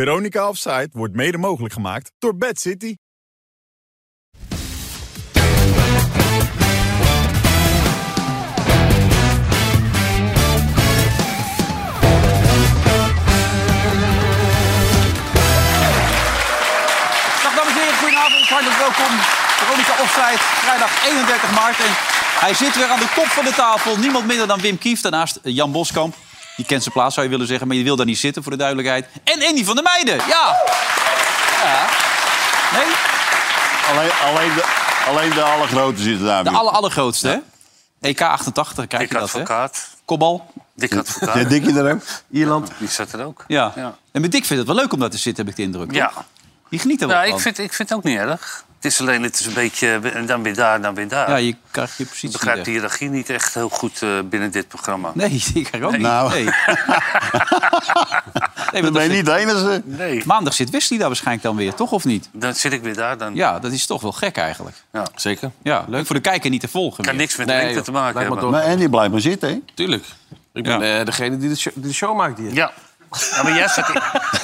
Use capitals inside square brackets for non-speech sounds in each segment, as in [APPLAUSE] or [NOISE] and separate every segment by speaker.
Speaker 1: Veronica Offside wordt mede mogelijk gemaakt door Bad City.
Speaker 2: Dag dames en heren, goedenavond, hartelijk welkom. Veronica Offside, vrijdag 31 maart. En hij zit weer aan de kop van de tafel. Niemand minder dan Wim Kieft, daarnaast Jan Boskamp. Die kent zijn plaats, zou je willen zeggen, maar je wil daar niet zitten, voor de duidelijkheid. En Andy van der Meijden, ja. ja. Nee,
Speaker 3: Alleen, alleen, de, alleen de allergrote zitten daar.
Speaker 2: de
Speaker 3: Miep.
Speaker 2: aller, allergrootste, hè? EK 88, krijg
Speaker 4: Dik
Speaker 2: je dat, hè?
Speaker 4: advocaat.
Speaker 2: Kopbal.
Speaker 4: Dik advocaat.
Speaker 3: Ja, Dikkie er ook.
Speaker 5: Ierland.
Speaker 4: Die zat er ook.
Speaker 2: Ja. En met Dick vindt het wel leuk om daar te zitten, heb ik de indruk.
Speaker 4: Ja.
Speaker 2: toch? Die geniet er wel
Speaker 4: Ja, ik
Speaker 2: van.
Speaker 4: vind, ik vind het ook niet erg. Het is alleen, het is een beetje, eh, dan weer daar, dan weer daar.
Speaker 2: Ja,
Speaker 4: je
Speaker 2: je krijgt je positie
Speaker 4: begrijpt de
Speaker 2: niet
Speaker 4: hiërarchie niet echt heel goed eh, binnen dit programma.
Speaker 2: echt. Nee, [LAUGHS] ik krijg ook niet.
Speaker 3: Nou. [LAUGHS]
Speaker 4: [LAUGHS]
Speaker 2: Nee. nee, want
Speaker 3: Dat
Speaker 2: dat
Speaker 3: ben je
Speaker 2: zit-
Speaker 3: niet de enige.
Speaker 4: Nee.
Speaker 2: Maandag zit Wesley daar waarschijnlijk dan weer, toch of niet?
Speaker 4: Dan zit ik weer daar, dan
Speaker 2: Ja, dat is toch wel gek eigenlijk.
Speaker 5: Zeker.
Speaker 2: Ja, leuk voor de kijker niet te volgen.
Speaker 4: kan
Speaker 2: meer.
Speaker 4: niks met
Speaker 5: Nee,
Speaker 4: lengte
Speaker 5: joh.
Speaker 4: te maken
Speaker 5: Lijkt me
Speaker 4: hebben.
Speaker 5: toch-
Speaker 3: Maar Andy blijft maar zitten, hè?
Speaker 5: Tuurlijk. Ik ben
Speaker 2: Ja.
Speaker 5: eh, degene die de show, die de show maakt hier.
Speaker 4: Ja. Nou maar, jij zat,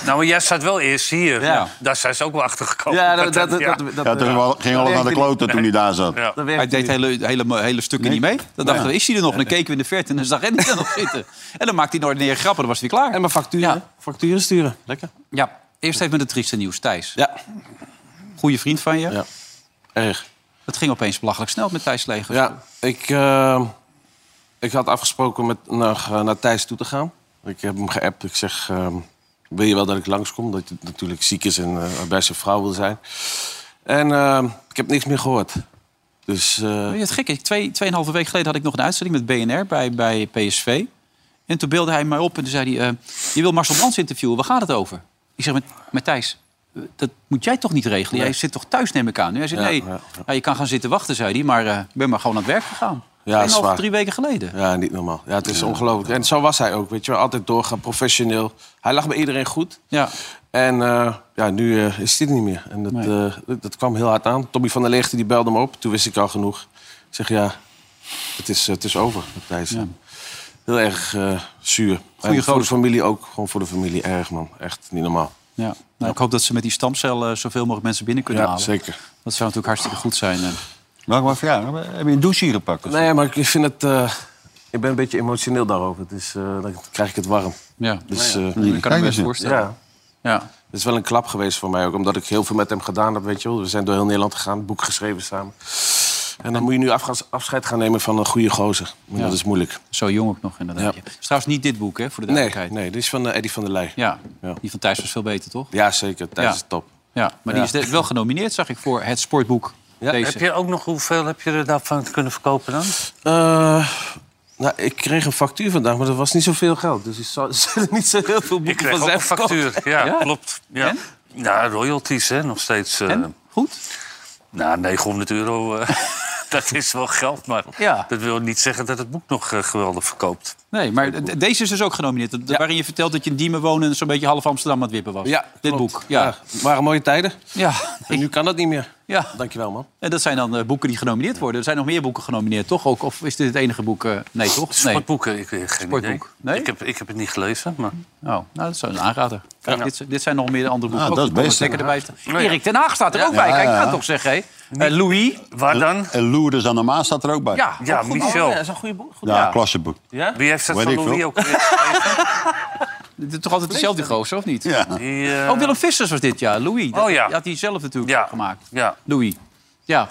Speaker 4: nou, maar jij zat wel eerst hier.
Speaker 2: Ja.
Speaker 4: Daar zijn ze ook wel achter gekomen. ja.
Speaker 3: Ja, het
Speaker 2: eh,
Speaker 3: ging al ging alles naar de kloten toen hij daar zat.
Speaker 4: Ja.
Speaker 5: Dat
Speaker 2: Hij
Speaker 5: werkt
Speaker 2: deed
Speaker 5: niet.
Speaker 2: hele, hele, hele stukken niet mee. Dan dachten we, is hij er nog? En dan keken we in de verte en dan zag Andy er nog zitten. En dan maakte hij nooit meer grappen, dan was hij weer klaar.
Speaker 5: En mijn facturen.
Speaker 2: Ja.
Speaker 5: Facturen sturen. Lekker.
Speaker 2: Ja, eerst even met het trieste nieuws. Thijs,
Speaker 5: Ja.
Speaker 2: goede vriend van je.
Speaker 5: Ja. Erg.
Speaker 2: Het ging opeens belachelijk snel met Thijs Leger.
Speaker 5: Ja, ik, eh, ik had afgesproken met naar, eh, naar Thijs toe te gaan. Ik heb hem geappt. Ik zeg, eh, wil je wel dat ik langskom? Dat hij natuurlijk ziek is en eh, bij zijn vrouw wil zijn. En eh, ik heb niks meer gehoord. Dus eh,
Speaker 2: Weet je, het gekke, is, twee, tweeënhalve week geleden had ik nog een uitzending met BNR bij, bij PSV. En toen beelde hij mij op en toen zei hij... eh, je wil Marcel Brands interviewen, waar gaat het over? Ik zeg, met, met Thijs, eh, dat moet jij toch niet regelen? Jij zit toch thuis, neem ik aan? Hij zei,
Speaker 5: Ja,
Speaker 2: nee,
Speaker 5: ja,
Speaker 2: ja, je kan gaan zitten wachten, zei hij. Maar eh, ik ben maar gewoon aan het werk gegaan. Tweeënhalve,
Speaker 5: zwaar.
Speaker 2: drie weken geleden.
Speaker 5: Ja, niet normaal. Ja, het is ongelooflijk. En zo was hij ook, weet je wel. Altijd doorgaan, professioneel. Hij lag bij iedereen goed.
Speaker 2: Ja.
Speaker 5: En eh, ja, nu eh, is dit niet meer. En dat,
Speaker 2: Nee.
Speaker 5: eh, dat- dat kwam heel hard aan. Tommy van der Leegte die belde me op. Toen wist ik al genoeg. Ik zeg, ja, het is, het is over met Thijs. Heel erg eh, zuur.
Speaker 2: Goeie
Speaker 5: en voor de
Speaker 2: gozer.
Speaker 5: familie ook. Gewoon voor de familie erg, man. Echt niet normaal.
Speaker 2: Ja. Nou, Ik hoop dat ze met die stamcel eh, zoveel mogelijk mensen binnen kunnen
Speaker 5: Ja,
Speaker 2: halen.
Speaker 5: zeker.
Speaker 2: Dat zou natuurlijk hartstikke goed zijn. eh.
Speaker 3: Mag ik maar vragen? Heb je een douche hier gepakt? of zo?
Speaker 5: Nee, maar ik- ik vind het... eh, ik ben een beetje emotioneel daarover. Het is, eh, dan krijg ik het warm.
Speaker 2: ja.
Speaker 5: Dus, eh,
Speaker 2: ik kan me
Speaker 3: Kijk eens.
Speaker 2: best voorstellen.
Speaker 5: ja.
Speaker 2: Ja.
Speaker 5: Het is wel een klap geweest voor mij ook, omdat ik heel veel met hem gedaan heb. Weet je wel. We zijn door heel Nederland gegaan, een boek geschreven samen. En dan moet je nu afga- afscheid gaan nemen van een goede gozer. Maar
Speaker 2: Ja.
Speaker 5: Dat is moeilijk.
Speaker 2: Zo jong ook nog, inderdaad.
Speaker 5: Ja.
Speaker 2: Het is trouwens niet dit boek, hè, voor de
Speaker 5: Nee,
Speaker 2: duidelijkheid.
Speaker 5: nee, dit is van eh, Eddie van der Leij.
Speaker 2: Ja.
Speaker 5: Ja.
Speaker 2: die van Thijs was veel beter, toch?
Speaker 5: Ja, zeker. Tijdens
Speaker 2: Ja.
Speaker 5: de top.
Speaker 2: Ja, maar
Speaker 5: Ja.
Speaker 2: die is de- wel genomineerd, zag ik, voor het sportboek.
Speaker 5: Ja,
Speaker 2: Deze.
Speaker 4: Heb je ook nog hoeveel heb je er daarvan kunnen verkopen dan?
Speaker 5: Eh, nou, ik kreeg een factuur vandaag, maar dat was niet zoveel geld. Dus ik zal- [LAUGHS] er zullen niet zo heel veel
Speaker 4: Ik
Speaker 5: boeken
Speaker 4: kreeg
Speaker 5: van
Speaker 4: ook
Speaker 5: zijn
Speaker 4: een factuur. Ja,
Speaker 2: Ja?
Speaker 4: klopt. Ja.
Speaker 2: En?
Speaker 4: ja, royalties hè, nog steeds. eh,
Speaker 2: En? Goed?
Speaker 4: Nou, 900 euro, eh, [LAUGHS] dat is wel geld, maar
Speaker 2: Ja.
Speaker 4: dat wil niet zeggen dat het boek nog eh, geweldig verkoopt.
Speaker 2: Nee, maar de- deze is dus ook genomineerd. Dat- Waarin je vertelt dat je in Diemen woonde en zo'n beetje half Amsterdam aan het wippen was.
Speaker 5: Ja,
Speaker 2: Dit
Speaker 5: klopt.
Speaker 2: boek.
Speaker 5: Ja.
Speaker 2: Ja.
Speaker 5: het waren mooie
Speaker 2: [LAUGHS]
Speaker 5: tijden.
Speaker 2: Ja.
Speaker 5: En nu kan dat niet meer.
Speaker 2: ja.
Speaker 5: Dankjewel, man.
Speaker 2: En dat zijn dan eh, boeken die genomineerd worden. Er zijn nog meer boeken genomineerd, toch? Ook, of is dit het enige boek? eh, nee, toch? Nee.
Speaker 4: Sportboeken, ik heb geen
Speaker 2: Sportboek.
Speaker 4: idee.
Speaker 2: Nee?
Speaker 4: Ik, heb, ik heb het niet gelezen, maar...
Speaker 2: Oh, nou, dat is een aanrader. Kijk, dit, zijn- dit zijn nog meer de andere boeken.
Speaker 3: Ah,
Speaker 2: ook.
Speaker 3: dat is best.
Speaker 2: Lekker erbij.
Speaker 4: Nou
Speaker 2: Erik ten Haag staat er ook bij. Kijk, ik ga het toch zeggen, hé. Eh, Louis.
Speaker 4: Waar dan?
Speaker 3: En Lourdes aan de Maas staat er ook bij.
Speaker 2: Ja,
Speaker 4: Oh Ja,
Speaker 2: ook goed.
Speaker 4: Michel.
Speaker 5: dat is een goede boek.
Speaker 3: Ja, klasseboek.
Speaker 4: Wie heeft dat
Speaker 3: Weet
Speaker 4: van
Speaker 3: ik
Speaker 4: Louis
Speaker 3: veel.
Speaker 4: ook weer geschreven?
Speaker 2: Dit is toch altijd dezelfde gozer, of niet?
Speaker 3: Ja.
Speaker 4: Die, eh,
Speaker 2: Oh, Willem Vissers was dit, ja. Louis. Dat,
Speaker 4: Oh, ja.
Speaker 2: Die had hij zelf natuurlijk
Speaker 4: Ja.
Speaker 2: gemaakt.
Speaker 4: Ja,
Speaker 2: Louis. Ja.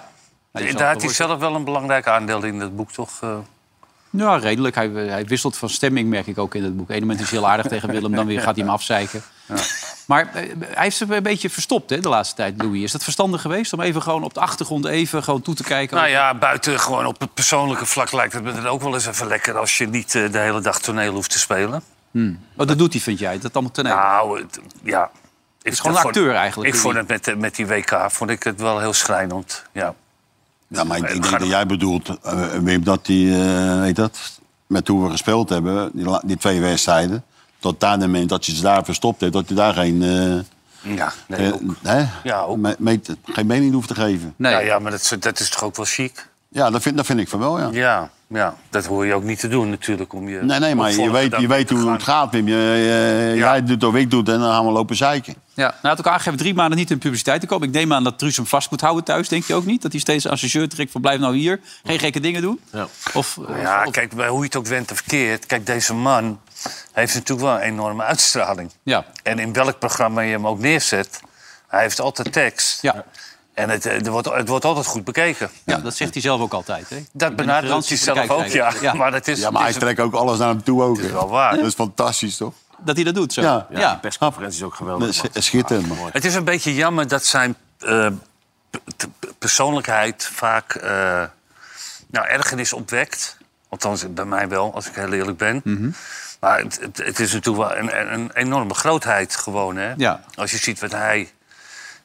Speaker 2: Nou, die
Speaker 4: daar had
Speaker 2: zal-
Speaker 4: hij zelf wel een belangrijk aandeel in dat boek, toch? eh?
Speaker 2: Ja, redelijk. Hij, hij wisselt van stemming, merk ik ook in het boek. Eén moment is hij heel aardig tegen Willem, dan weer gaat hij hem afzeiken. Maar eh, hij heeft zich een beetje verstopt hè, de laatste tijd, Louis. Is dat verstandig geweest om even gewoon op de achtergrond even gewoon toe te kijken?
Speaker 4: Nou ja, buiten gewoon op het persoonlijke vlak lijkt het me dan ook wel eens even lekker... als je niet eh, de hele dag toneel hoeft te spelen.
Speaker 2: oh, dat doet hij, vind jij? Dat allemaal ten einde.
Speaker 4: Nou, het- ja. Ik
Speaker 2: is gewoon een
Speaker 4: vond-
Speaker 2: acteur eigenlijk,
Speaker 4: Ik vond
Speaker 2: Louis.
Speaker 4: het met, de- met die WK vond ik het wel heel schrijnend. Ja.
Speaker 3: Ja, maar ik, ik denk dat jij bedoelt, eh, Wim, dat die, eh, weet dat, met hoe we gespeeld hebben, die, la- die twee wedstrijden, tot daar de moment dat je ze daar verstopt hebt, dat je daar geen, eh,
Speaker 4: Ja, nee,
Speaker 3: eh,
Speaker 4: ook.
Speaker 3: hè,
Speaker 4: Ja, ook.
Speaker 3: me- meet- geen mening hoeft te geven.
Speaker 2: Nee.
Speaker 4: Nou ja, maar dat, is- dat is toch ook wel chic?
Speaker 3: Ja, dat vind, dat vind ik van wel, ja.
Speaker 4: Ja, ja, dat hoor je ook niet te doen natuurlijk. Om je
Speaker 3: Nee, nee, maar je
Speaker 4: opvolger
Speaker 3: weet,
Speaker 4: daar
Speaker 3: je
Speaker 4: mee
Speaker 3: weet
Speaker 4: te
Speaker 3: hoe
Speaker 4: gaan.
Speaker 3: het gaat, Wim. Je, je-
Speaker 4: Ja.
Speaker 3: Jij doet of ik doe het en dan gaan we lopen zeiken.
Speaker 2: Ja, nou had ook aangegeven drie maanden niet in publiciteit te komen. Ik neem aan dat Truus hem vast moet houden thuis, denk je ook niet? Dat hij steeds een assesseur trekt van blijf nou hier, geen gekke dingen doen?
Speaker 5: Ja.
Speaker 2: Of, eh,
Speaker 4: Ja,
Speaker 2: of-
Speaker 4: kijk, bij hoe je het ook went of verkeerd. Kijk, deze man heeft natuurlijk wel een enorme uitstraling.
Speaker 2: ja.
Speaker 4: En in welk programma je hem ook neerzet, hij heeft altijd tekst.
Speaker 2: Ja.
Speaker 4: En het, eh, er wordt, het wordt altijd goed bekeken.
Speaker 2: Ja, dat zegt hij zelf ook altijd. Hè?
Speaker 4: Dat benadrukt hij
Speaker 2: garantie voor de
Speaker 4: zelf ook, ja.
Speaker 2: kijkkijker. Ja.
Speaker 4: [LAUGHS] Maar dat is,
Speaker 3: Ja, maar
Speaker 4: het
Speaker 3: hij
Speaker 4: is
Speaker 3: trekt ook alles naar hem toe ook.
Speaker 4: is
Speaker 3: hè.
Speaker 4: wel waar.
Speaker 3: Dat is fantastisch, toch?
Speaker 2: Dat hij dat doet zo.
Speaker 3: Ja.
Speaker 2: Ja,
Speaker 5: Ja, de persconferentie is ook geweldig.
Speaker 3: Dat is
Speaker 5: man.
Speaker 3: schitterend, man.
Speaker 4: Het is een beetje jammer dat zijn eh, p- p- persoonlijkheid vaak eh nou, ergernis opwekt. Althans, bij mij wel, als ik heel eerlijk ben.
Speaker 2: Mhm.
Speaker 4: Maar het, het, het is natuurlijk wel een, een- een enorme grootheid gewoon. Hè?
Speaker 2: Ja.
Speaker 4: Als je ziet wat hij...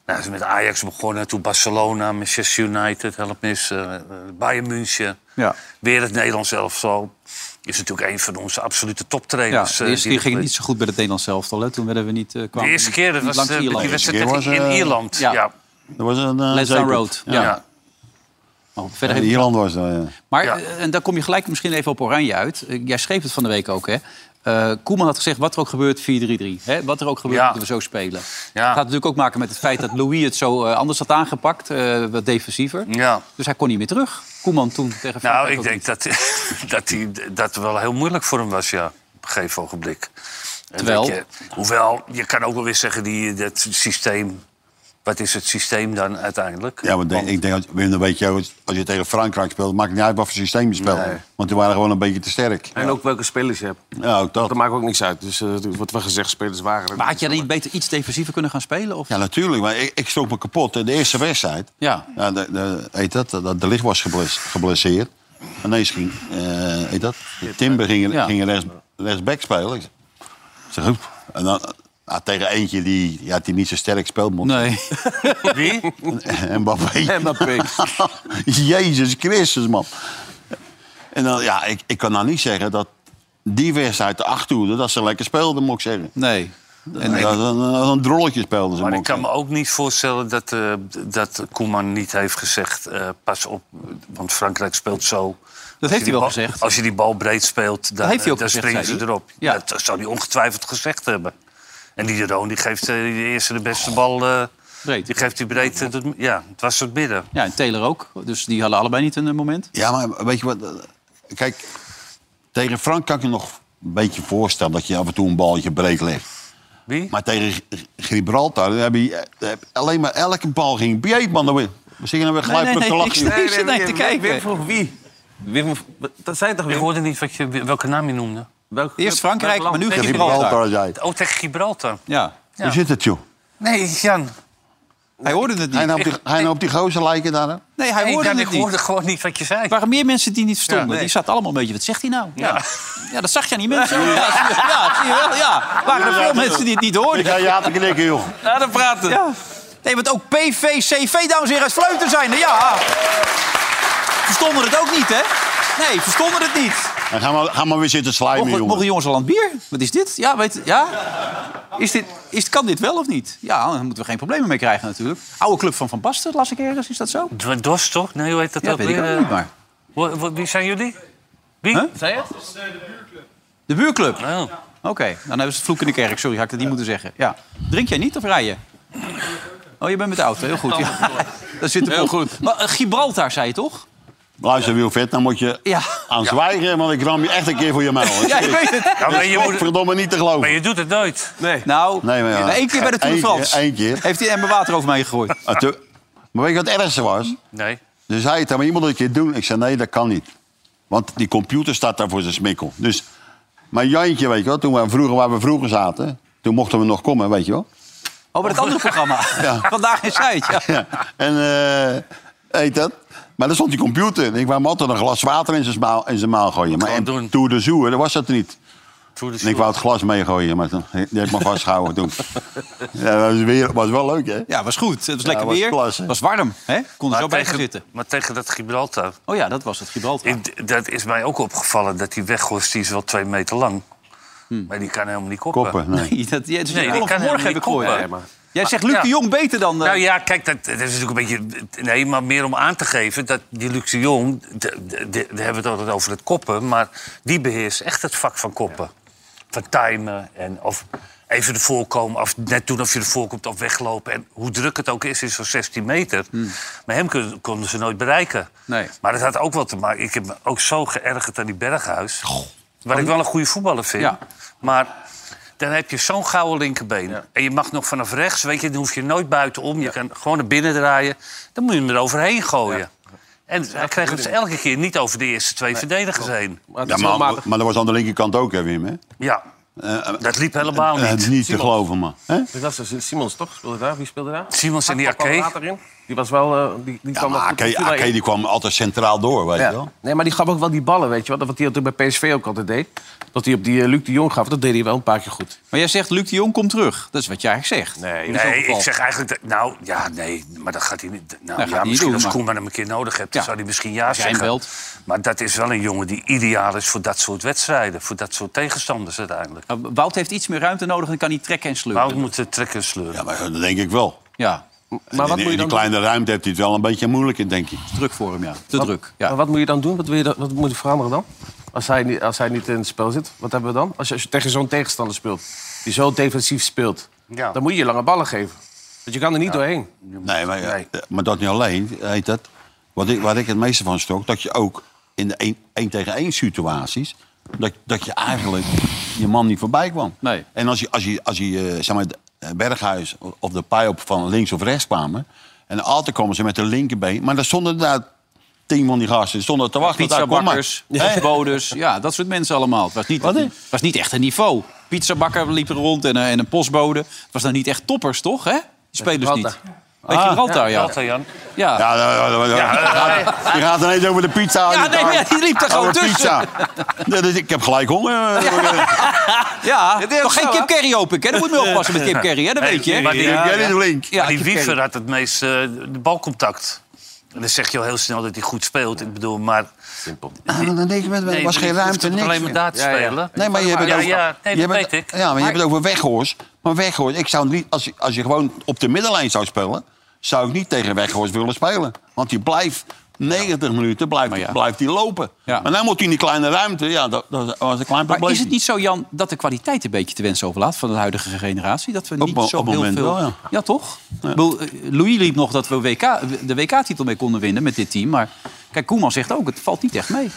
Speaker 4: Nou, hij is met Ajax begonnen, toen Barcelona, Manchester United, help me eens, eh, eh, Bayern München.
Speaker 2: Ja.
Speaker 4: Weer het Nederlands elftal. Is natuurlijk een van onze absolute toptrainers.
Speaker 2: de
Speaker 4: eh,
Speaker 2: eerste
Speaker 4: die
Speaker 2: keer ging
Speaker 4: er-
Speaker 2: het niet zo goed bij het Nederlands elftal. Hè? Toen werden we niet, eh, kwamen
Speaker 4: De
Speaker 2: we
Speaker 4: eerste
Speaker 2: niet-
Speaker 4: keer, dat
Speaker 2: niet
Speaker 4: was
Speaker 2: langs
Speaker 4: eh,
Speaker 2: Ierland.
Speaker 4: die wedstrijd
Speaker 3: Eerste keer
Speaker 4: tegen- in
Speaker 3: was, eh,
Speaker 4: Ierland.
Speaker 2: ja.
Speaker 4: ja.
Speaker 3: Dat was een... eh,
Speaker 2: Let's Down
Speaker 3: zeker.
Speaker 2: Road. Ja.
Speaker 3: Ja.
Speaker 2: Oh, verder
Speaker 3: In
Speaker 2: heeft-
Speaker 3: Ierland was dat, ja.
Speaker 2: Maar,
Speaker 4: Ja.
Speaker 2: eh, en daar kom je gelijk misschien even op Oranje uit. Eh, Jij schreef het van de week ook, hè? Eh, Koeman had gezegd, wat er ook gebeurt, 4-3-3. hè? Wat er ook gebeurt,
Speaker 4: Ja.
Speaker 2: moeten we zo spelen.
Speaker 4: Ja.
Speaker 2: Dat had natuurlijk ook maken met het feit dat Louis het zo eh, anders had aangepakt. eh, wat defensiever.
Speaker 4: Ja.
Speaker 2: Dus hij kon niet meer terug. Koeman toen tegen
Speaker 4: Nou,
Speaker 2: Frankrijk
Speaker 4: ik
Speaker 2: ook
Speaker 4: denk
Speaker 2: niet.
Speaker 4: dat, [LAUGHS] dat, die, dat het wel heel moeilijk voor hem was, ja. Op een gegeven ogenblik. En
Speaker 2: Terwijl-
Speaker 4: dat je- hoewel, je kan ook wel weer zeggen, die, dat systeem... Wat is het systeem dan uiteindelijk?
Speaker 3: Ja, maar denk, ik denk, dat- Wim, dan weet je ook, als je tegen Frankrijk speelt, maakt het niet uit wat voor systeem je speelt. Want die waren gewoon een beetje te sterk.
Speaker 5: En ook welke spelers je hebt.
Speaker 3: Ja, ook dat.
Speaker 5: Dat maakt ook niks uit. Dus eh, wat we gezegd, spelers waren. er.
Speaker 2: Maar had je dan niet beter iets defensiever kunnen gaan spelen? Of?
Speaker 3: Ja, natuurlijk. Maar ik, ik schrok me kapot. De eerste wedstrijd.
Speaker 2: Ja.
Speaker 3: ja de, de, heet dat, dat de licht was gebles- geblesseerd. Ineens ging, eh heet dat, Timber ging,
Speaker 2: Ja.
Speaker 3: ging rechts, rechtsback spelen. Ik zeg, "Hup." en dan ah, tegen eentje die, ja, die niet zo sterk speelt. moet- [LAUGHS]
Speaker 2: Nee.
Speaker 4: Wie?
Speaker 3: En Mbappé.
Speaker 5: Mbappé.
Speaker 3: [LAUGHS] Jezus Christus, man. En dan, ja, ik, ik kan nou niet zeggen dat die wedstrijd de achterhoede... dat ze lekker speelden, moet ik zeggen.
Speaker 2: Nee.
Speaker 3: En dat, dat, dat een drolletje speelden ze,
Speaker 4: Maar
Speaker 3: moet
Speaker 4: ik
Speaker 3: ik
Speaker 4: kan
Speaker 3: zeggen.
Speaker 4: me ook niet voorstellen dat, eh, dat Koeman niet heeft gezegd... eh, pas op, want Frankrijk speelt zo. Als
Speaker 2: heeft
Speaker 4: je die
Speaker 2: hij wel
Speaker 4: bal-
Speaker 2: gezegd.
Speaker 4: Als je die bal breed speelt, dan, eh,
Speaker 2: heeft hij ook
Speaker 4: dan
Speaker 2: gezegd,
Speaker 4: springen ze
Speaker 2: zei hij.
Speaker 4: erop.
Speaker 2: Ja.
Speaker 4: Dat zou hij ongetwijfeld gezegd hebben. En die Jeroen, die geeft eh, de eerste de beste bal... eh,
Speaker 2: Oh. Breed.
Speaker 4: Die geeft die breedte... tot- ja, het was het midden.
Speaker 2: Ja, en Taylor ook. Dus die hadden allebei niet een eh, moment.
Speaker 3: Ja, maar weet je wat? eh, Kijk, tegen Frank kan ik je nog een beetje voorstellen dat je af en toe een balletje breed legt.
Speaker 4: Wie?
Speaker 3: Maar tegen G- G- Gibraltar heb je eh, heb alleen maar elke bal ging breed, man. Dan win- We zingen dan weer gelijk
Speaker 2: nee,
Speaker 3: met
Speaker 2: nee,
Speaker 3: te
Speaker 2: ik
Speaker 3: lachen. joh.
Speaker 2: sta- Ik zit naar je te kijken.
Speaker 5: Wim vroeg wie? Wim, dat zijn toch
Speaker 4: Ik
Speaker 5: weer...
Speaker 4: hoorde niet wat je, welke naam je noemde.
Speaker 5: Welk-
Speaker 2: Eerst Frankrijk,
Speaker 5: welk
Speaker 2: maar
Speaker 5: land?
Speaker 2: nu
Speaker 3: Tegen
Speaker 2: Gibraltar.
Speaker 3: Gibraltar zei.
Speaker 4: Oh, tegen Gibraltar.
Speaker 2: Ja.
Speaker 3: Hoe zit het, joh?
Speaker 4: Nee, Jan.
Speaker 2: Hij hoorde het
Speaker 3: Hij
Speaker 2: niet.
Speaker 3: nou op die, hij nou op die gozer lijken daar. hè?
Speaker 2: Nee, hij
Speaker 4: Nee,
Speaker 2: hoorde
Speaker 4: Jan, ik
Speaker 2: het niet.
Speaker 4: hoorde gewoon niet wat je zei.
Speaker 2: Er waren meer mensen die niet verstonden.
Speaker 4: Ja, nee.
Speaker 2: Die zaten allemaal een beetje, wat zegt hij nou? Ja, ja dat zag je niet mensen. Ja, ja, zie je- ja, zie je wel, ja. Er waren er veel mensen die het niet
Speaker 3: Ik
Speaker 2: hoorden.
Speaker 3: ga ja te knikken, joh.
Speaker 2: Ja, dan praten. Ja. Nee, want ook PVCV, dames en heren, uit Vleuten zijn er. Ja. Verstonden het ook niet, hè? Nee, verstonden het niet.
Speaker 3: En ga, maar, ga maar weer zitten slijmen,
Speaker 2: Mogen, mogen
Speaker 3: jongen.
Speaker 2: jongens al aan het bier? Wat is dit? Ja, weet, ja? Is dit, is, kan dit wel of niet? Ja, dan moeten we geen problemen mee krijgen natuurlijk. Oude club van Van Basten, las ik ergens. Is dat zo?
Speaker 4: D- Dos, toch? Nee, hoe heet dat
Speaker 2: Ja,
Speaker 4: ook
Speaker 2: weet ik
Speaker 4: weer?
Speaker 2: ook niet, maar...
Speaker 4: Wa- wa- Wie zijn jullie? Wie?
Speaker 2: Huh?
Speaker 4: Zijn het?
Speaker 2: eh,
Speaker 5: Eh,
Speaker 2: De buurclub.
Speaker 4: Oh.
Speaker 2: Oké, dan hebben ze het vloek in de kerk. Sorry, had ik dat niet moeten zeggen. Ja. Drink jij niet of rij je? Oh, je bent met de auto. Heel goed. Ja. [LAUGHS] Dat zit
Speaker 5: Heel
Speaker 2: op.
Speaker 5: goed.
Speaker 2: Maar eh, Gibraltar zei je toch?
Speaker 3: Luister, Wilfred, dan moet je
Speaker 2: Ja.
Speaker 3: aan zwijgen, want ik ram je echt een keer voor je muil.
Speaker 2: [LAUGHS] Ja, ik weet het.
Speaker 4: Ja, maar, je moet-
Speaker 3: Verdomme niet te geloven.
Speaker 4: maar je doet het nooit.
Speaker 5: Nee.
Speaker 2: Nou,
Speaker 3: Nee, maar ja.
Speaker 2: nou, één keer bij de Tour de
Speaker 3: Eén
Speaker 2: France.
Speaker 3: keer, één keer.
Speaker 2: Heeft hij een emmer water over mij gegooid.
Speaker 3: Ah, tu- Maar weet je wat het ergste was?
Speaker 4: Nee.
Speaker 3: Ze zei het aan me, je moet dat een keer doen. Ik zei, nee, dat kan niet. Want die computer staat daar voor zijn smikkel. Dus, maar Jantje, weet je wel, toen we vroeger, waar we vroeger zaten... toen mochten we nog komen, weet je wel.
Speaker 2: Oh, bij het andere programma.
Speaker 3: Ja.
Speaker 2: Vandaag in Zuid. Ja.
Speaker 3: Ja. [LAUGHS] En, eh, heet dat? Maar daar stond die computer in. Ik wou hem altijd een glas water in zijn maal, in zijn maal gooien. Maar
Speaker 4: Gewoon
Speaker 3: in
Speaker 4: doen.
Speaker 3: Tour de Jour, dat was dat niet.
Speaker 4: Tour de
Speaker 3: En ik wou het glas meegooien, maar toen, die heb ik me vastgehouden toen. Ja, dat was, weer, was wel leuk, hè?
Speaker 2: Ja, was goed. Het was lekker
Speaker 3: was
Speaker 2: weer.
Speaker 3: klasse.
Speaker 2: was warm. Hè? Kon er
Speaker 4: Maar
Speaker 2: zo bij gaan
Speaker 4: tegen,
Speaker 2: zitten.
Speaker 4: maar tegen dat Gibraltar.
Speaker 2: Oh ja, dat was het Gibraltar.
Speaker 4: Ik- dat is mij ook opgevallen dat die weghorst, die is wel twee meter lang. Maar die kan helemaal niet koppen.
Speaker 3: Koppen, nee.
Speaker 2: Hmm. Nee, dat, ja, dus
Speaker 4: Nee,
Speaker 2: die
Speaker 4: die
Speaker 2: kon
Speaker 4: kan
Speaker 2: vanmorgen
Speaker 4: helemaal
Speaker 2: heb
Speaker 4: niet
Speaker 2: ik gehoord.
Speaker 4: koppen. Ah,
Speaker 5: maar-
Speaker 2: Jij zegt Luc
Speaker 4: ja.
Speaker 2: de Jong beter dan... eh,
Speaker 4: Nou ja, kijk, dat, dat is natuurlijk een beetje... Nee, maar meer om aan te geven dat die Luc de Jong... de- de- de- Daar hebben we het altijd over het koppen. Maar die beheerst echt het vak van koppen. Van timen en of even de voorkomen... of net doen of je de voorkomt of weglopen. En hoe druk het ook is, is zo'n 16 meter.
Speaker 5: Hmm.
Speaker 4: Maar hem kun- konden ze nooit bereiken.
Speaker 2: Nee.
Speaker 4: Maar dat had ook wat te maken... Ik heb me ook zo geërgerd aan die Berghuis. Waar ik wel een goede voetballer vind.
Speaker 2: Ja.
Speaker 4: Maar dan heb je zo'n gouden linkerbeen. En je mag nog vanaf rechts, weet je, dan hoef je nooit buitenom. Je kan gewoon naar binnen draaien. Dan moet je hem eroverheen gooien. En hij kreeg het elke keer niet over de eerste twee verdedigers heen.
Speaker 5: Oh. Maar het
Speaker 3: Ja,
Speaker 5: is wel
Speaker 3: maar,
Speaker 5: matig.
Speaker 3: maar dat was aan de linkerkant ook, hè, Wim? Hè?
Speaker 4: Ja,
Speaker 3: Eh, eh,
Speaker 4: dat liep helemaal
Speaker 3: eh,
Speaker 4: niet.
Speaker 3: niet te geloven, man. Hè?
Speaker 5: Dat was dus Simons toch? Speelde daar? Wie speelde daar?
Speaker 4: Simons en die
Speaker 5: Hakpo kwam
Speaker 4: Arke.
Speaker 5: later in. Die was wel... eh, die, die
Speaker 3: Ja,
Speaker 5: kwam wel
Speaker 3: maar
Speaker 5: goed
Speaker 3: Ake,
Speaker 5: in de finale.
Speaker 3: Ake die kwam altijd centraal door, weet je wel.
Speaker 5: Ja. Nee, maar die gaf ook wel die ballen, weet je wel. Wat hij altijd bij PSV ook altijd deed. Dat hij op die eh, Luc de Jong gaf, dat deed hij wel een paar keer goed.
Speaker 2: Maar jij zegt Luc de Jong komt terug. Dat is wat jij eigenlijk zegt. In zo'n
Speaker 4: Nee,
Speaker 2: geval.
Speaker 4: ik zeg eigenlijk... dat- nou, ja, nee, maar dat gaat hij niet... Nou,
Speaker 2: gaat hij
Speaker 4: ja,
Speaker 2: niet
Speaker 4: misschien
Speaker 2: doen,
Speaker 4: als
Speaker 2: maar-
Speaker 4: Koeman hem een keer nodig hebt, dan
Speaker 2: Ja.
Speaker 4: zou hij misschien ja
Speaker 2: jij hem
Speaker 4: zeggen.
Speaker 2: belt.
Speaker 4: Maar dat is wel een jongen die ideaal is voor dat soort wedstrijden. Voor dat soort tegenstanders uiteindelijk.
Speaker 2: Nou, Wout heeft iets meer ruimte nodig en dan kan hij trekken en sleuren.
Speaker 4: Wout moet eh, trekken en sleuren.
Speaker 3: Ja, maar dat denk ik wel.
Speaker 2: Ja,
Speaker 5: Maar
Speaker 3: in,
Speaker 5: wat moet
Speaker 3: in
Speaker 5: je
Speaker 3: die
Speaker 5: dan
Speaker 3: kleine ruimte heeft hij het wel een beetje moeilijk in, denk ik.
Speaker 2: druk voor hem, ja. Te druk.
Speaker 5: Ja.
Speaker 2: Ja.
Speaker 5: Maar wat moet je dan doen? Wat, wil je dan, wat moet je veranderen dan? Als hij, niet- als hij niet in het spel zit, wat hebben we dan? Als je, als je tegen zo'n tegenstander speelt, die zo defensief speelt...
Speaker 4: Ja.
Speaker 5: dan moet je je lange ballen geven. Want je kan er niet doorheen.
Speaker 3: Nee, maar, eh,
Speaker 4: Nee.
Speaker 3: maar dat niet alleen. Heet dat, wat ik, waar ik het meeste van stok, dat je ook in de 1 tegen 1 situaties... Dat, dat je eigenlijk je man niet voorbij kwam.
Speaker 2: Nee.
Speaker 3: En als je, als je, als je eh, zeg maar, de- eh, Berghuis of de paai op van links of rechts kwamen... en altijd komen ze met de linkerbeen... maar dan stonden daar tien van die gasten stonden te wachten. daar, kom maar.
Speaker 2: Pizzabakkers, postbodes, ja, dat soort mensen allemaal. Het was niet,
Speaker 3: Wat, hè?
Speaker 2: het was niet echt een niveau. Pizzabakker liep er rond en, eh, en een postbode. Het was nou niet echt toppers, toch? Hè? Die spelers
Speaker 5: Gibraltar.
Speaker 2: niet. Weet je, Gibraltar, Ah, ja.
Speaker 4: Walter, Jan.
Speaker 2: Ja, ja.
Speaker 3: Ja, ja, ja, ja, ja. Je gaat ineens over de pizza.
Speaker 2: Ja, nee, ja, die liep daar gewoon
Speaker 3: Over
Speaker 2: tussen.
Speaker 3: Pizza. Nee, dus ik heb gelijk honger. Eh,
Speaker 2: Nog geen kip curry open, hè? Dat moet je mee oppassen
Speaker 3: [LAUGHS]
Speaker 2: met kip curry, hè? Dat
Speaker 4: Nee,
Speaker 2: weet je, hè?
Speaker 4: maar die-
Speaker 2: Ja,
Speaker 3: Jij bent
Speaker 2: ja.
Speaker 3: link.
Speaker 2: Ja,
Speaker 4: maar die
Speaker 2: kip curry.
Speaker 4: Wiever had het meest eh, de balcontact. En dan zeg je al heel snel dat hij goed speelt. Ik bedoel, maar...
Speaker 3: Ah, dan denk je, er was geen
Speaker 4: Nee, maar je hoeft
Speaker 3: ruimte,
Speaker 4: het
Speaker 3: niks.
Speaker 4: alleen maar daar te spelen.
Speaker 3: Nee, maar je hebt het
Speaker 4: Ja,
Speaker 3: over...
Speaker 4: ja, nee,
Speaker 3: je
Speaker 4: dat
Speaker 3: hebt
Speaker 4: weet
Speaker 3: het-
Speaker 4: ik.
Speaker 3: Ja, maar je hebt het over Weghorst. Maar Weghorst, ik zou niet... Als, je- als je gewoon op de middenlijn zou spelen... zou ik niet tegen Weghorst willen spelen. Want die blijft... 90 minuten blijft,
Speaker 2: Maar ja.
Speaker 3: blijft die lopen.
Speaker 2: Ja.
Speaker 3: Maar dan moet hij in die kleine ruimte. Ja, dat, dat was een klein probleem.
Speaker 2: Maar is het niet zo, Jan, dat de kwaliteit een beetje te wensen overlaat van de huidige generatie? Dat we niet
Speaker 3: mo-
Speaker 2: zo
Speaker 3: op
Speaker 2: heel
Speaker 3: moment
Speaker 2: veel.
Speaker 3: wel, ja.
Speaker 2: toch? Ik bedoel, eh, Louis liep nog dat we WK, de WK-titel mee konden winnen met dit team. Maar kijk, Koeman zegt ook, het valt niet echt mee.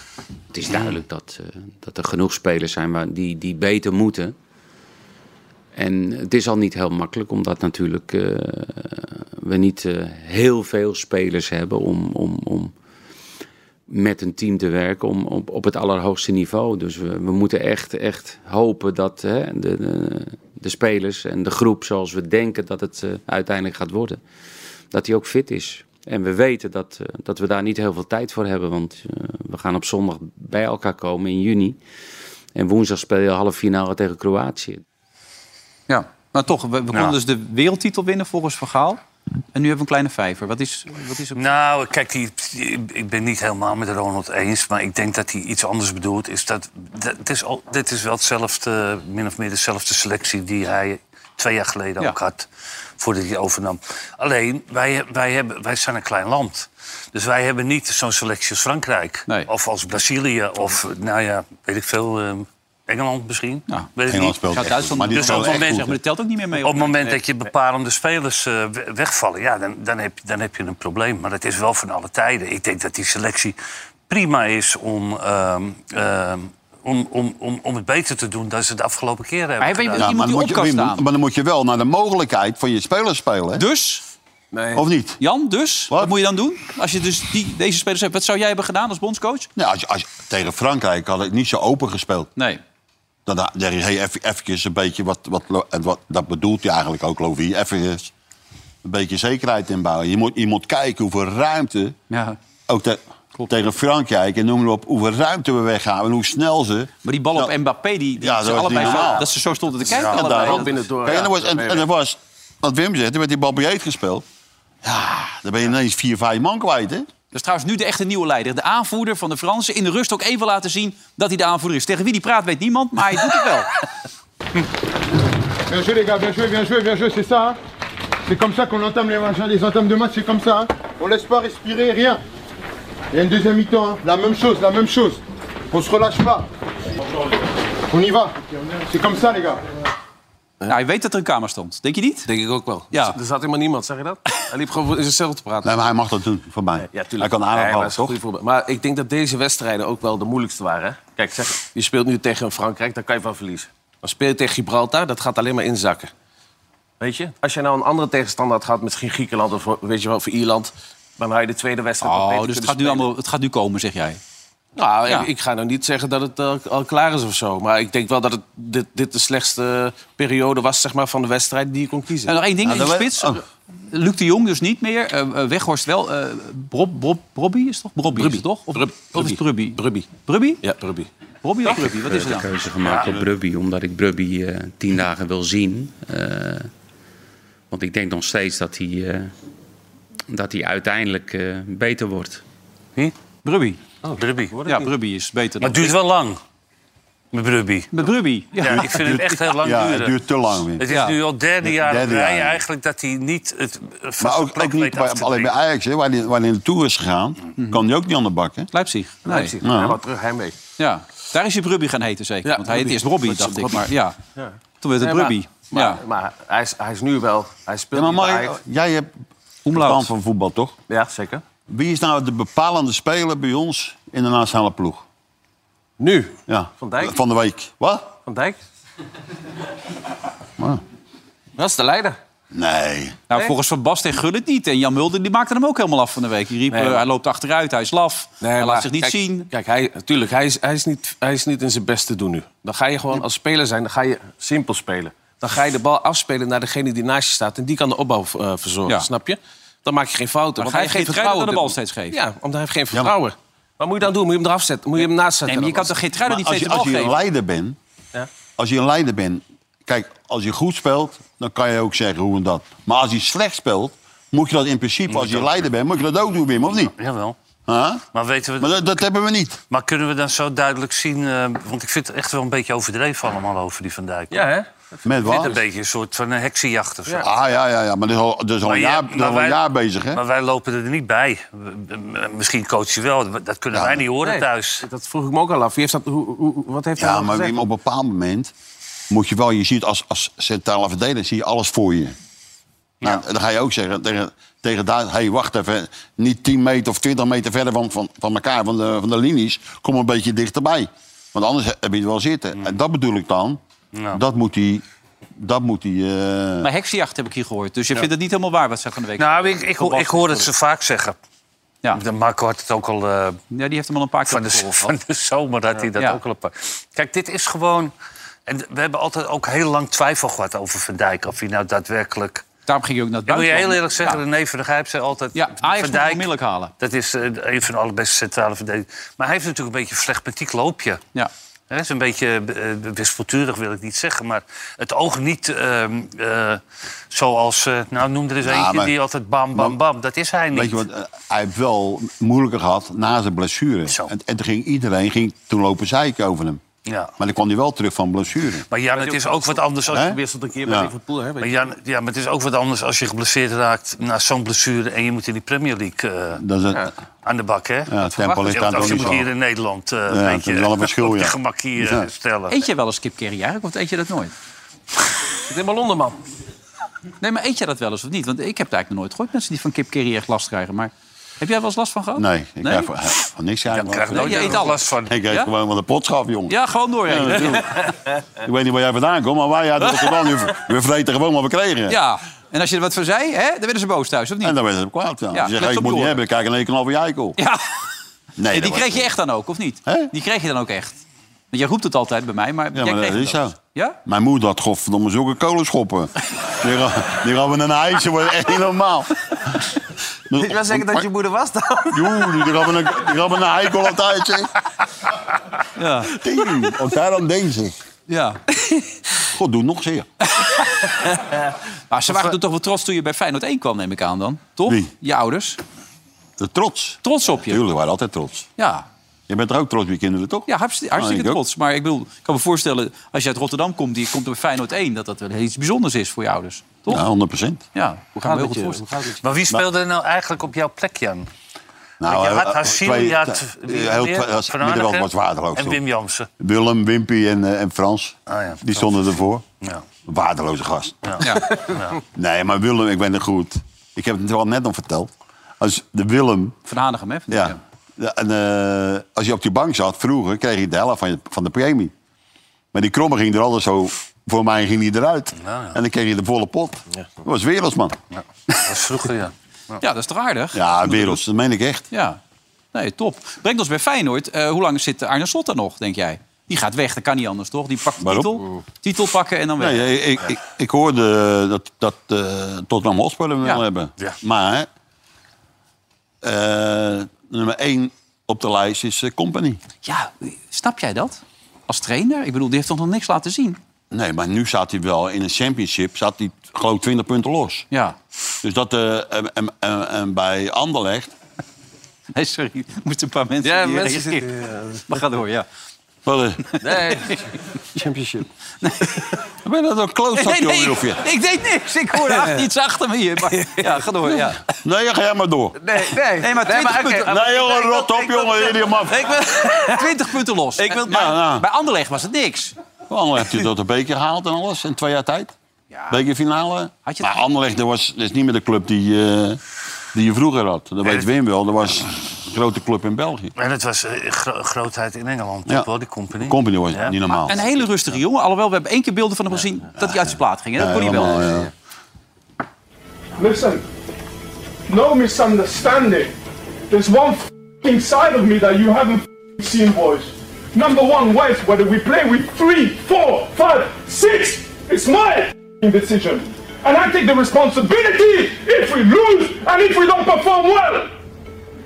Speaker 6: Het is duidelijk dat, eh, dat er genoeg spelers zijn waar die, die beter moeten. En het is al niet heel makkelijk, omdat natuurlijk eh, we niet eh, heel veel spelers hebben om, om, om met een team te werken om, op, op het allerhoogste niveau. Dus we, we moeten echt, echt hopen dat hè, de, de, de spelers en de groep zoals we denken dat het eh, uiteindelijk gaat worden, dat die ook fit is. En we weten dat, eh, dat we daar niet heel veel tijd voor hebben, want eh, we gaan op zondag bij elkaar komen in juni. En woensdag speel je halve finale tegen Kroatië.
Speaker 2: Ja. Maar toch, we, we konden dus de wereldtitel winnen volgens Vergaal. En nu hebben we een kleine vijver. Wat is, wat is het?
Speaker 4: Nou, kijk, die, die- ik ben niet helemaal met Ronald eens. Maar ik denk dat hij iets anders bedoelt. Is dat, dat, het is al, dit is wel hetzelfde, min of meer dezelfde selectie die hij twee jaar geleden
Speaker 2: Ja.
Speaker 4: ook had. Voordat hij overnam. Alleen, wij, wij, hebben, wij zijn een klein land. Dus wij hebben niet zo'n selectie als Frankrijk.
Speaker 2: Nee.
Speaker 4: Of als Brazilië. Of, nou ja, weet ik veel. eh, Engeland misschien.
Speaker 2: Ja,
Speaker 4: Weet ik
Speaker 3: Engeland
Speaker 4: niet.
Speaker 3: speelt
Speaker 2: Gaat
Speaker 3: echt goed,
Speaker 2: Duitsland
Speaker 3: maar die
Speaker 2: dus
Speaker 4: spelen
Speaker 2: ook
Speaker 3: speelt
Speaker 2: wel
Speaker 3: echt goed.
Speaker 4: mensen
Speaker 2: mee, zeg maar dat telt ook niet meer mee.
Speaker 4: Op het moment dat je bepalende spelers eh, we- wegvallen, ja, dan, dan, heb, je- dan heb je een probleem. Maar dat is wel van alle tijden. Ik denk dat die selectie prima is om, ehm, ehm, om, om, om, om het beter hè. doen dan ze de afgelopen keer hebben.
Speaker 2: Maar hebben
Speaker 4: gedaan.
Speaker 2: jullie-
Speaker 3: Ja,
Speaker 2: Die
Speaker 3: maar, dan
Speaker 2: moet
Speaker 3: moet
Speaker 2: die
Speaker 3: je,
Speaker 2: opkast
Speaker 3: Wim,
Speaker 2: aan.
Speaker 3: maar dan moet je wel naar de mogelijkheid van je spelers spelen. hè?
Speaker 2: Dus,
Speaker 3: Of niet?
Speaker 2: Jan, dus, wat?
Speaker 3: Wat?
Speaker 2: moet je dan doen? Als je dus die, deze spelers hebt, wat zou jij hebben gedaan als bondscoach?
Speaker 3: Nou, als, je- als, je- tegen Frankrijk had ik niet zo open gespeeld.
Speaker 2: Nee.
Speaker 3: Dan da- zeg je, hey, even, eventjes een beetje wat, wat, lo- en wat... Dat bedoelt hij eigenlijk ook, Lovie. Even een beetje zekerheid inbouwen. Je moet, je moet kijken hoeveel ruimte...
Speaker 2: Ja.
Speaker 3: Ook te- tegen Frankrijk en noem maar op... hoeveel ruimte we weggaan en hoe snel ze...
Speaker 2: Maar die bal op
Speaker 3: Nou,
Speaker 2: Mbappé, die, die
Speaker 3: Ja, dat
Speaker 2: ze
Speaker 3: was
Speaker 2: allebei
Speaker 3: niet normaal.
Speaker 2: dat ze zo stonden te kijken.
Speaker 3: Ja,
Speaker 2: allebei.
Speaker 3: daarom.
Speaker 5: binnen door,
Speaker 3: Kijk, en
Speaker 5: ja.
Speaker 3: er was, en, en er was, wat Wim zegt, er werd die bal breed gespeeld. Ja, dan ben je ineens vier, vijf man kwijt, hè?
Speaker 2: Dat is trouwens nu de echte nieuwe leider. De aanvoerder van de Fransen. In de rust ook even laten zien dat hij de aanvoerder is. Tegen wie die praat weet niemand, maar hij doet het wel.
Speaker 7: Bien joué les gars, bien joué, bien joué, bien joué, c'est ça. hein C'est comme ça qu'on entame les matchs. hein. Les entames de match, c'est comme ça. hein. On laisse pas respirer, rien. Il y a une deuxième mi-temps. hein. La même chose, la même chose. On se relâche pas. On y va. C'est comme ça, les gars.
Speaker 2: Nou, je weet dat er een camera stond. Denk je niet?
Speaker 5: Denk ik ook wel.
Speaker 2: Ja.
Speaker 5: Dus Er zat helemaal niemand, zeg je dat? Hij liep gewoon in zichzelf te praten.
Speaker 3: Nee, maar hij mag dat doen, voor mij. hij kan
Speaker 5: Nee, maar
Speaker 3: aanvallen,
Speaker 5: dat is een
Speaker 3: toch?
Speaker 5: goed voorbeeld. Maar ik denk dat deze wedstrijden ook wel de moeilijkste waren. hè? Kijk, zeg, je speelt nu tegen Frankrijk, daar kan je van verliezen. Dan speel je tegen Gibraltar, dat gaat alleen maar inzakken. Weet je? Als je nou een andere tegenstander had gehad, misschien Griekenland of weet je wel, of Ierland... dan had je de tweede wedstrijd nog
Speaker 2: Oh,
Speaker 5: beter
Speaker 2: dus het
Speaker 5: kunnen
Speaker 2: gaat, nu
Speaker 5: spelen.
Speaker 2: allemaal, het gaat nu komen, zeg jij.
Speaker 5: Nou,
Speaker 2: Ja.
Speaker 5: ik, ik ga nou niet zeggen dat het eh, al klaar is of zo. Maar ik denk wel dat het, dit, dit de slechtste periode was zeg maar, van de wedstrijd die je kon kiezen.
Speaker 2: En nog één ding
Speaker 3: Nou,
Speaker 2: in de
Speaker 3: dan
Speaker 2: spits.
Speaker 3: we- oh.
Speaker 2: Luc de Jong dus niet meer. eh, eh, Weghorst wel. Eh, Brob, Brob, Brobby is het toch? Brobby is het toch? Of,
Speaker 5: Brub-
Speaker 2: of is het Brubby?
Speaker 5: Brubby.
Speaker 2: Brubby?
Speaker 5: Ja, Ruby.
Speaker 2: Brobby of Brubby? Wat is het
Speaker 6: de
Speaker 2: dan?
Speaker 6: keuze gemaakt
Speaker 4: eh,
Speaker 6: op Brubby, omdat ik Brubby eh, tien dagen wil zien. Eh, want ik denk nog steeds dat hij, eh, dat hij uiteindelijk eh, beter wordt.
Speaker 2: Brubby.
Speaker 4: Brubby.
Speaker 2: Ja, Brubby is
Speaker 4: Maar
Speaker 2: beter dan...
Speaker 4: het duurt wel lang. Met Brubby.
Speaker 2: Met Brubby. Ja.
Speaker 4: Ja, ik vind het echt heel lang
Speaker 3: Ja,
Speaker 4: duren.
Speaker 3: het duurt te lang weer.
Speaker 4: Het is
Speaker 2: Ja.
Speaker 4: nu al derde jaar
Speaker 3: Derde
Speaker 4: op rij
Speaker 3: jaar.
Speaker 4: eigenlijk dat hij niet het eh,
Speaker 3: Maar
Speaker 4: vaste
Speaker 3: ook,
Speaker 4: plek
Speaker 3: ook niet
Speaker 4: weet
Speaker 3: bij,
Speaker 4: af te
Speaker 3: alleen bij
Speaker 4: dringen.
Speaker 3: Ajax, hè, waar hij waar hij naartoe is gegaan, kan hij ook niet aan de bak. Hè? Nou.
Speaker 2: Leipzig. Nee.
Speaker 5: Mhm. Ja, maar terug heimwee.
Speaker 2: Ja. Daar is je Brubby gaan heten zeker.
Speaker 5: Ja,
Speaker 2: Want hij heette eerst
Speaker 5: Brubby.
Speaker 2: Brobby, dacht
Speaker 5: Dat is
Speaker 2: ik. Maar ja, toen werd
Speaker 5: Nee,
Speaker 2: het
Speaker 5: maar-
Speaker 2: Brubby.
Speaker 5: Maar,
Speaker 2: Ja,
Speaker 5: maar hij, is, hij is nu wel... Hij speelt
Speaker 3: Ja, maar
Speaker 5: niet bij
Speaker 3: Mark,
Speaker 5: Ajax.
Speaker 3: jij hebt verstand
Speaker 2: omlaag.
Speaker 3: van voetbal, toch?
Speaker 5: Ja, zeker.
Speaker 3: Wie is nou de bepalende speler bij ons in de nationale ploeg?
Speaker 5: Nu?
Speaker 3: Ja.
Speaker 5: Van Dijk?
Speaker 3: Van de week. Wat?
Speaker 5: Van Dijk?
Speaker 3: Ah.
Speaker 5: Dat is de leider.
Speaker 3: Nee.
Speaker 2: Nou, volgens Van Basten en Gullit niet. En Jan Mulder die maakte hem ook helemaal af van de week. Die riep,
Speaker 5: Nee,
Speaker 2: eh,
Speaker 5: maar-
Speaker 2: hij loopt achteruit, hij is laf. hij laat zich niet
Speaker 5: kijk,
Speaker 2: zien.
Speaker 5: Kijk, hij, natuurlijk, hij, is, hij, is niet, hij is niet in zijn beste doen nu. Dan ga je gewoon als speler zijn, dan ga je simpel spelen. Dan ga je de bal afspelen naar degene die naast je staat. En die kan de opbouw eh, verzorgen,
Speaker 2: Ja.
Speaker 5: snap je? Dan maak je geen fouten.
Speaker 2: Maar
Speaker 5: want
Speaker 2: ga je
Speaker 5: hij heeft geen
Speaker 2: Geertruida
Speaker 5: vertrouwen.
Speaker 2: dan de bal
Speaker 5: op dit
Speaker 2: steeds geven?
Speaker 5: moment. Ja, omdat hij heeft geen vertrouwen. Wat moet je dan doen? Moet je hem eraf zetten? Moet je hem naast zetten?
Speaker 2: Nee, maar je kan
Speaker 5: dan?
Speaker 2: toch Geertruiden niet
Speaker 3: als
Speaker 2: steeds
Speaker 3: je,
Speaker 2: de bal
Speaker 3: als je
Speaker 2: geven?
Speaker 3: een leider bent,
Speaker 5: Ja.
Speaker 3: als je een leider bent, kijk, als je goed speelt, dan kan je ook zeggen hoe en dat. Maar als je slecht speelt, moet je dat in principe, als je leider bent, moet je dat ook doen, Wim, of niet?
Speaker 4: Jawel.
Speaker 3: Huh?
Speaker 4: Maar, weten we,
Speaker 3: Maar
Speaker 4: maar,
Speaker 3: dat, dat hebben we niet.
Speaker 4: kunnen we dan zo duidelijk zien... eh, want ik vind het echt wel een beetje overdreven allemaal over die Van Dijk.
Speaker 5: Ja, hè?
Speaker 3: Met
Speaker 4: Ik vind het
Speaker 3: wat?
Speaker 4: een beetje een soort van een heksenjacht of zo.
Speaker 3: Ah ja, ja, ja. Maar dat is al, dat is al
Speaker 4: Maar
Speaker 3: een,
Speaker 4: je-
Speaker 3: jaar,
Speaker 4: maar
Speaker 3: dat is al een
Speaker 4: wij-
Speaker 3: jaar bezig, hè?
Speaker 4: Maar wij lopen er niet bij. We- we- Misschien coach je wel. Dat kunnen wij niet horen
Speaker 5: Nee,
Speaker 4: thuis.
Speaker 5: Dat vroeg ik me ook al af. Wie heeft dat, hoe, hoe- wat heeft hij
Speaker 3: Ja,
Speaker 5: nou
Speaker 3: maar
Speaker 5: gezegd?
Speaker 3: Wim, op een bepaald moment moet je wel... Je ziet als, als centrale verdediger zie je alles voor je. Nou, Dan ga je ook zeggen tegen, tegen Duits... hey, wacht even, niet 10 meter of 20 meter verder van, van, van elkaar, van de, van de linies... kom een beetje dichterbij. Want anders heb je het wel zitten. En dat bedoel ik dan. Dat moet hij... Dat moet hij... eh,
Speaker 2: Maar heksenjacht heb ik hier gehoord. Dus je vindt het niet helemaal waar wat ze van de week
Speaker 4: Nou, ik, ik, hoor- ik hoor het ze vaak zeggen.
Speaker 2: Ja.
Speaker 4: De Marco had het ook al... eh,
Speaker 2: Ja, die heeft hem al een paar keer
Speaker 4: van de,
Speaker 2: op de
Speaker 4: van de zomer had hij dat
Speaker 2: Ja.
Speaker 4: ook al een paar. Kijk, dit is gewoon... En we hebben altijd ook heel lang twijfel gehad over Van Dijk. Of hij nou daadwerkelijk...
Speaker 2: Daarom ging je ook naar het
Speaker 4: Ik moet je
Speaker 2: buitenland.
Speaker 4: heel eerlijk zeggen,
Speaker 2: Ja,
Speaker 4: René van der Gijp zei altijd...
Speaker 2: ja Ajax
Speaker 4: van
Speaker 2: moet hem
Speaker 4: Dijk,
Speaker 2: onmiddellijk halen.
Speaker 4: dat is eh, een van de allerbeste centrale verdedigers. Maar hij heeft natuurlijk een beetje een flegmatiek loopje.
Speaker 2: Ja.
Speaker 4: Hè, Het is een beetje eh, wispelturig, wil ik niet zeggen. Maar het oog niet ehm, eh, zoals... eh, nou, noem er eens
Speaker 3: Nou,
Speaker 4: eentje
Speaker 3: maar-
Speaker 4: die altijd bam, bam, bam. Dat is hij niet.
Speaker 3: Weet je wat, eh, hij heeft wel moeilijker gehad na zijn blessure.
Speaker 4: Zo.
Speaker 3: En, en toen ging iedereen ging toen lopen zeiken over hem.
Speaker 4: Ja.
Speaker 3: Maar dan kwam hij wel terug van blessure.
Speaker 4: Maar Jan, het is ook wat anders als
Speaker 3: Hè?
Speaker 4: je...
Speaker 5: Wisselt een keer bij
Speaker 3: Ja.
Speaker 5: Liverpool, hè? weet
Speaker 4: Maar
Speaker 5: je.
Speaker 4: Jan, ja, maar het is ook wat anders als je geblesseerd raakt na zo'n blessure... en je moet in die Premier League eh,
Speaker 3: Dat is het,
Speaker 5: Ja.
Speaker 4: aan de bak, hè?
Speaker 3: Ja, het tempo ligt daar
Speaker 4: als
Speaker 3: toch
Speaker 4: je
Speaker 3: niet
Speaker 4: moet
Speaker 3: zo.
Speaker 4: hier in Nederland eh,
Speaker 3: Ja,
Speaker 4: een
Speaker 3: het
Speaker 4: beetje
Speaker 3: is wel een verschil,
Speaker 4: [LAUGHS] op je
Speaker 3: ja.
Speaker 4: gemak hier
Speaker 3: Ja.
Speaker 4: eh, stellen.
Speaker 2: Eet je wel eens kipkerry eigenlijk? Of eet je dat
Speaker 4: [LAUGHS]
Speaker 2: nooit?
Speaker 5: Het is helemaal Londen, man.
Speaker 2: Nee, maar eet je dat wel eens of niet? Want ik heb het eigenlijk nog nooit gehoord mensen die van kipkerry echt last krijgen. Maar heb jij wel eens last van gehad?
Speaker 3: Nee, ik
Speaker 2: Nee?
Speaker 3: heb van, van niks eigenlijk.
Speaker 4: krijg
Speaker 2: Nee, je eet
Speaker 4: nog
Speaker 2: alles.
Speaker 4: last van.
Speaker 3: Ik heb
Speaker 2: Ja?
Speaker 3: gewoon wat de pot schaf, jongen.
Speaker 2: Ja, gewoon doorheen. Ja,
Speaker 3: Ik
Speaker 2: [LAUGHS]
Speaker 3: weet niet waar jij vandaan komt, maar wij uit Rotterdam, we- we vreten gewoon wat we kregen.
Speaker 2: En als je er wat voor zei, hè, dan werden ze boos thuis, of niet?
Speaker 3: En dan werd het kwaad. Ja.
Speaker 2: Ja,
Speaker 3: Ze
Speaker 2: let
Speaker 3: zeggen, ik moet
Speaker 2: op je
Speaker 3: niet
Speaker 2: oren.
Speaker 3: hebben, kijk in één keer over je eikel.
Speaker 2: [LAUGHS] Ja,
Speaker 3: Nee, dat
Speaker 2: en die
Speaker 3: was-
Speaker 2: kreeg je echt dan ook, of niet?
Speaker 3: Hè?
Speaker 2: Die kreeg je dan ook echt. Want jij roept het altijd bij mij, maar
Speaker 3: Ja,
Speaker 2: jij
Speaker 3: maar
Speaker 2: kreeg
Speaker 3: dat
Speaker 2: het
Speaker 3: is
Speaker 2: ook.
Speaker 3: zo.
Speaker 5: [LAUGHS]
Speaker 2: Ja?
Speaker 3: Mijn moeder had godverdomme zulke
Speaker 2: [LAUGHS]
Speaker 3: kolenschoppen. die ra- die rammen een ijsje, wordt echt niet normaal.
Speaker 8: Ik wil zeggen dat je moeder was dan.
Speaker 3: Joe, die rammen een, die rammen een eikel altijd, zeg.
Speaker 2: Ja.
Speaker 3: Tering, Wat daar dan denkt zich.
Speaker 2: ja.
Speaker 3: God, doe nog zeer.
Speaker 2: Maar
Speaker 5: eh,
Speaker 2: ze waren er toch wel trots toen je bij Feyenoord 1 kwam, neem ik aan dan. Toch?
Speaker 3: Wie?
Speaker 2: Je ouders.
Speaker 3: De trots.
Speaker 2: Trots op je.
Speaker 3: Jullie waren altijd trots.
Speaker 2: Ja.
Speaker 3: Je bent er ook trots op je kinderen, toch?
Speaker 2: Ja, hartstikke, hartstikke
Speaker 3: Ah, ik ook.
Speaker 2: trots. Maar ik bedoel, ik kan me voorstellen, als je uit Rotterdam komt, die komt er bij Feyenoord 1, dat dat wel iets bijzonders is voor je ouders. Toch?
Speaker 3: Ja, 100 procent.
Speaker 2: Ja, ik kan
Speaker 5: gaat
Speaker 2: me heel
Speaker 5: het
Speaker 2: goed
Speaker 5: je?
Speaker 2: voorstellen.
Speaker 5: Hoe gaat het je?
Speaker 4: Maar wie speelde er nou eigenlijk op jouw plek, Jan?
Speaker 3: Nou,
Speaker 4: je
Speaker 3: eh,
Speaker 4: had
Speaker 3: eh,
Speaker 4: Hasil,
Speaker 3: twee-
Speaker 4: je had
Speaker 3: eh,
Speaker 4: wie
Speaker 3: heel
Speaker 4: meer?
Speaker 3: twee- eh,
Speaker 4: Van
Speaker 3: middenveld
Speaker 4: Aardigen
Speaker 3: was waardeloos.
Speaker 4: En
Speaker 3: toch?
Speaker 4: Wim Jansen.
Speaker 3: Willem, Wimpy en, eh, en Frans.
Speaker 4: Ah, ja.
Speaker 3: Die stonden ervoor.
Speaker 4: Ja.
Speaker 3: Waardeloze gast.
Speaker 2: Ja.
Speaker 3: Nee, maar Willem, ik ben er goed. Ik heb het wel net nog verteld. Als de Willem,
Speaker 2: Van Hanegem, hè? Van
Speaker 3: ja.
Speaker 2: Hanegem.
Speaker 3: Ja, en, eh, als je op die bank zat vroeger, kreeg je de helft van, je, van de premie. Maar die kromme ging er altijd zo. Voor mij ging die eruit.
Speaker 4: Nou, Ja, ja.
Speaker 3: En dan kreeg je de volle pot. Dat was werelds, man.
Speaker 4: Ja, dat was vroeger, ja.
Speaker 2: Ja, dat is toch aardig?
Speaker 3: Ja, werelds. Dat meen ik echt.
Speaker 2: Ja. Nee, top. Brengt ons bij Feyenoord. Eh, hoe lang zit Arne Slot er nog, denk jij? Die gaat weg, dat kan niet anders, toch? Die pakt de
Speaker 3: Waarom?
Speaker 2: titel, titel pakken
Speaker 4: Nou,
Speaker 2: en dan weg.
Speaker 3: Nee, ik, ik, ik, ik hoorde dat, dat eh Tottenham Hotspur hem
Speaker 2: Ja.
Speaker 3: wil hebben.
Speaker 4: Ja.
Speaker 3: Maar eh, nummer één op de lijst is eh, Company.
Speaker 2: Ja, snap jij dat? Als trainer? Ik bedoel, die heeft toch nog niks laten zien?
Speaker 3: Nee, maar nu staat hij wel in een championship, staat hij geloof ik 20 punten los.
Speaker 2: Ja.
Speaker 3: Dus dat eh, en, en, en, en bij Anderlecht,
Speaker 2: [LAUGHS] Nee, sorry. Er moesten een paar mensen...
Speaker 8: Ja,
Speaker 2: die
Speaker 8: mensen
Speaker 2: reageren. Maar ga door, ja.
Speaker 3: wat eh? een-
Speaker 8: Nee.
Speaker 5: [LAUGHS] Championship.
Speaker 3: wat ben je dat een close nee,
Speaker 2: nee,
Speaker 3: jongen, of
Speaker 2: ik,
Speaker 3: je?
Speaker 2: ik deed niks. Ik hoorde
Speaker 3: [LAUGHS]
Speaker 2: achter, iets achter me hier. Maar, ja, ga door, ja.
Speaker 3: Nee, ga jij maar door.
Speaker 8: Nee, nee.
Speaker 2: Nee, maar 20
Speaker 8: oké, maar-
Speaker 2: punten.
Speaker 3: Nee, jongen,
Speaker 8: ik wil-
Speaker 3: rot op,
Speaker 8: ik wil-
Speaker 3: jongen, jullie man.
Speaker 2: Ik wil [LAUGHS] 20 punten los.
Speaker 3: Ik wil-
Speaker 2: Eh, maar
Speaker 3: Ja, ja.
Speaker 2: Bij Anderlecht was het niks.
Speaker 3: Anderlecht heeft dat een beker gehaald en alles in twee jaar tijd. Bekerfinale.
Speaker 2: Had je
Speaker 3: maar
Speaker 2: het-
Speaker 3: Anderlecht dat was, dat is niet meer de club die, eh, die je vroeger had. Dat weet Wim wel. Dat was een grote club in België.
Speaker 4: En het was eh, gro- grootheid in Engeland,
Speaker 3: Ja.
Speaker 4: toch wel, die company.
Speaker 3: Company was
Speaker 4: Ja.
Speaker 3: niet normaal.
Speaker 2: Ah, Een hele rustige jongen. Alhoewel, we hebben één keer beelden van hem gezien dat hij uit zijn plaat ging. Hè? Dat kon hij wel.
Speaker 3: Helemaal, ja.
Speaker 9: Listen, no misunderstanding. There's one f***ing side of me that you haven't f***ing seen, boys. Number one, West, whether we play with three, four, five, six, it's my f***ing decision. And I take the responsibility if we lose and if we don't perform well.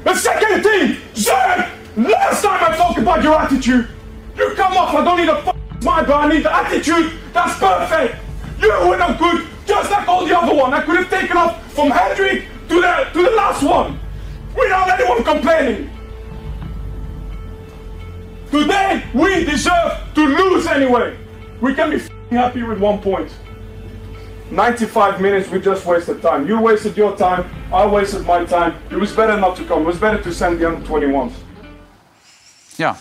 Speaker 9: The second thing, Zerg, last time I talked about your attitude, you come off, I don't need a f***ing smile, but I need the attitude that's perfect. You were no good, just like all the other one. I could have taken off from Hendrik to the, to the last one without anyone complaining. Today, we deserve to lose anyway. We can be f***ing happy with one point. 95 minutes, we just wasted time. You wasted your time, I wasted my time. It was better not to come, it was better to send the under 21s.
Speaker 2: Ja.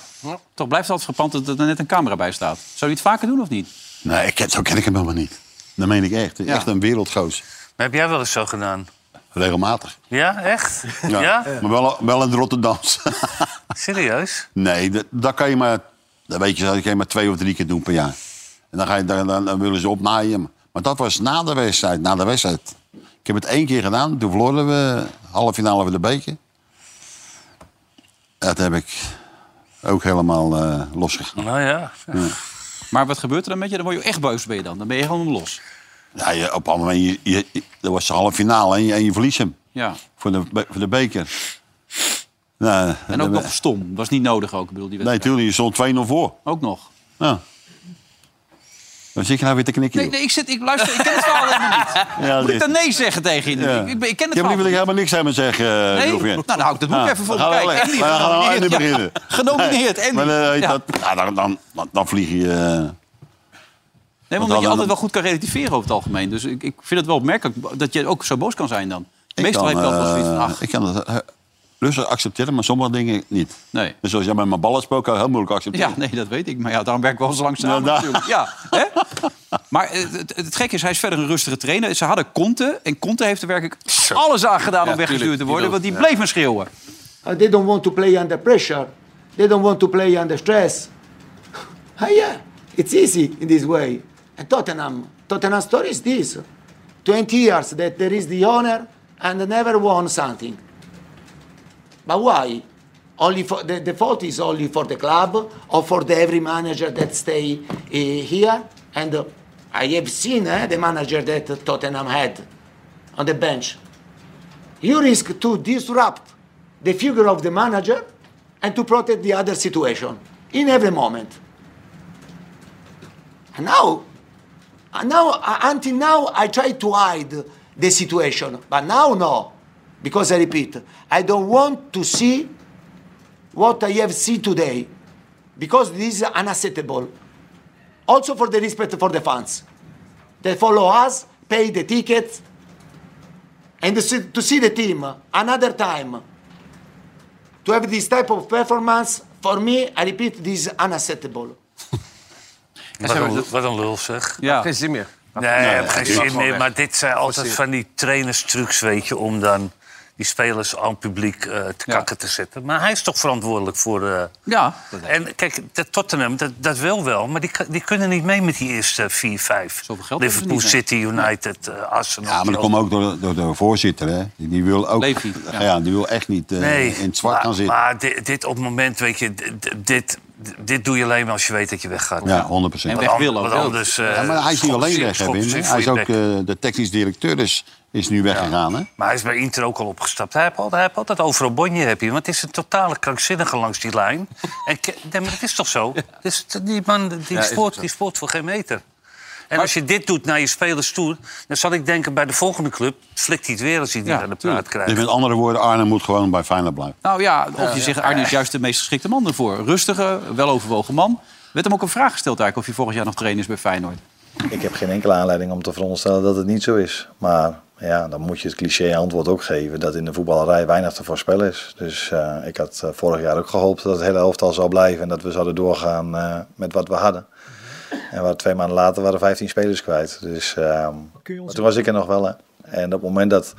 Speaker 2: Toch blijft het altijd gepand dat er net een camera bij staat. Zou je het vaker doen of niet?
Speaker 3: Nee, ik, ken- zo ken ik hem helemaal niet. Dat meen ik echt. Echt een wereldgoos.
Speaker 4: Maar heb jij wel eens zo gedaan?
Speaker 3: Regelmatig.
Speaker 4: Ja, echt? Ja?
Speaker 3: Maar wel, wel in Rotterdams. [LAUGHS]
Speaker 4: Serieus?
Speaker 3: nee, dat, dat kan je maar... Dat weet je, dat kan je maar twee of drie keer doen per jaar. En dan, ga je, dan, dan, dan willen ze opnaaien. Maar dat was na de wedstrijd. Na de wedstrijd. Ik heb het één keer gedaan. Toen verloren we halve finale van de beker. Dat heb ik ook helemaal eh losgegaan.
Speaker 4: Nou ja.
Speaker 2: Maar wat gebeurt er dan met je? Dan word je echt boos ben je dan. Dan ben je gewoon los.
Speaker 3: Ja, je, op een andere manier, je, je- je- dat was de halve finale en je, en je verliest hem.
Speaker 2: Ja.
Speaker 3: Voor de, be- voor de beker. Nou,
Speaker 2: En ook nog stom. Was niet nodig ook. Ik bedoel, die
Speaker 3: Nee,
Speaker 2: wedstrijd.
Speaker 3: tuurlijk, je stond 2-0 voor.
Speaker 2: ook nog.
Speaker 3: Ja. Dan zit je nou weer te knikken.
Speaker 2: Nee,
Speaker 3: joh.
Speaker 2: nee, ik, zit, ik luister. Ik ken het verhaal helemaal niet.
Speaker 3: Ja,
Speaker 2: Moet ik
Speaker 3: dit-
Speaker 2: dan nee zeggen tegen je?
Speaker 3: ja.
Speaker 2: Ik, ik, ben- ik ken het
Speaker 3: Ja, maar die
Speaker 2: verhaal
Speaker 3: wil ik
Speaker 2: niet.
Speaker 3: helemaal niks aan me zeggen, eh,
Speaker 2: Nee?
Speaker 3: Joefje.
Speaker 2: Nou, dan hou ik dat boek
Speaker 3: Ja,
Speaker 2: even voor
Speaker 3: dan
Speaker 2: me.
Speaker 3: gaan we
Speaker 2: Kijk,
Speaker 3: weg.
Speaker 2: Andy,
Speaker 3: Maar dan gaan we aan
Speaker 2: genomineerd.
Speaker 3: Andy
Speaker 2: Ja,
Speaker 3: beginnen.
Speaker 2: genomineerd,
Speaker 3: Nee,
Speaker 2: Andy.
Speaker 3: Maar dan, weet je
Speaker 2: Ja.
Speaker 3: dat, ja, dan, dan, dan, dan vlieg je... eh, Want
Speaker 2: Nee, maar omdat je
Speaker 3: dan-
Speaker 2: altijd wel goed kan relativeren over het algemeen. Dus ik, ik vind het wel opmerkelijk dat je ook zo boos kan zijn dan. Meestal heb ik altijd wel zoiets van,
Speaker 3: eh,
Speaker 2: ach,
Speaker 3: Ik kan dat eh, rustig accepteren, maar sommige dingen niet.
Speaker 2: Nee.
Speaker 3: Dus zoals jij met mijn ballen spook, kan ik heel moeilijk
Speaker 2: Ja,
Speaker 3: accepteren.
Speaker 2: nee, dat weet ik. Maar ja, daarom werk ik wel zo lang samen
Speaker 3: Nou, daar-
Speaker 2: natuurlijk. Ja, hè? Maar eh, het, het, het gekke is, hij is verder een rustige trainer. Ze hadden Conte. En Conte heeft er werkelijk alles aan gedaan om weggestuurd te worden. Want die bleef maar schreeuwen.
Speaker 10: Uh, they don't want to play under pressure. They don't want to play under stress. [LAUGHS] Ah, yeah, it's easy in this way. And Tottenham, Tottenham story is this: 20 years that there is the owner and never won something. But why? Only for the, the fault is only for the club or for the every manager that stay uh, here. And uh, I have seen eh, the manager that Tottenham had on the bench you risk to disrupt the figure of the manager and to protect the other situation in every moment. And now, and now uh, until now, I try to hide the situation, but now no, because I repeat, I don't want to see what I have seen today, because this is unacceptable. Also for the respect for the fans, they follow us, pay the tickets and to see, to see the team another time. To have this type of performance, for me, I repeat, this is unacceptable.
Speaker 4: Wat een, wat een lul, zeg.
Speaker 2: Ja.
Speaker 5: Geen zin meer.
Speaker 4: Nee, ik heb geen
Speaker 5: mag
Speaker 4: zin
Speaker 5: gewoon
Speaker 4: meer.
Speaker 5: weg.
Speaker 4: Maar dit zijn altijd van die trainerstrucs, weet je, om dan die spelers aan het publiek eh, te
Speaker 2: Ja.
Speaker 4: kakken te zetten. Maar hij is toch verantwoordelijk voor. eh,
Speaker 2: Ja.
Speaker 4: En kijk, dat Tottenham, dat, dat wil wel, maar die, k- die kunnen niet mee met die eerste 4, 5.
Speaker 2: Zoveel geld
Speaker 4: Liverpool,
Speaker 2: hebben ze niet,
Speaker 4: City, United, eh, Arsenal.
Speaker 3: Ja, maar dat komt ook door, de- door de voorzitter, hè. Die, die wil ook...
Speaker 2: Levy, ja.
Speaker 3: ja. die wil echt niet eh,
Speaker 4: Nee,
Speaker 3: in het zwart
Speaker 4: maar,
Speaker 3: gaan zitten.
Speaker 4: Maar dit, dit op het moment, weet je, dit, dit, dit doe je alleen maar als je weet dat je weggaat.
Speaker 3: ja, 100
Speaker 2: En
Speaker 3: procent.
Speaker 2: weg wil ook.
Speaker 4: Want anders, eh,
Speaker 3: Ja, maar hij is niet
Speaker 4: schoppen
Speaker 3: alleen
Speaker 4: ze-
Speaker 3: weg, hè,
Speaker 4: schoppen
Speaker 3: Wim.
Speaker 4: ze voor
Speaker 3: Hij is
Speaker 4: je
Speaker 3: ook,
Speaker 4: bek.
Speaker 3: eh, de technisch directeur is, is nu weggegaan, hè.
Speaker 4: Maar hij is bij Inter ook al opgestapt. Hij heeft altijd, hij heeft altijd overal bonje, heb je. Want het is een totale krankzinnige langs die
Speaker 3: [LAUGHS]
Speaker 4: lijn. en, ke- nee, maar het is toch zo? Dus t- die man die, spoort, die spoort voor geen meter. En als je dit doet naar je spelers toe... dan zal ik denken bij de volgende club... flikt hij het weer als hij die
Speaker 2: Ja,
Speaker 4: aan de praat
Speaker 2: tuurlijk.
Speaker 3: Dus
Speaker 4: krijgt.
Speaker 3: met andere woorden, Arne moet gewoon bij Feyenoord blijven.
Speaker 2: Nou ja, of je zegt, Arne is juist de meest geschikte man ervoor. Rustige, weloverwogen man. Werd hem ook een vraag gesteld eigenlijk of hij vorig jaar nog trainer is bij Feyenoord.
Speaker 11: Ik heb geen enkele aanleiding om te veronderstellen dat het niet zo is. Maar ja, dan moet je het cliché antwoord ook geven dat in de voetballerij weinig te voorspellen is. Dus eh, ik had eh, vorig jaar ook gehoopt dat het hele elftal zou blijven en dat we zouden doorgaan eh, met wat we hadden. En we hadden twee maanden later waren 15 spelers kwijt. Dus ehm, maar toen was ik er nog wel. Hè. En op het moment dat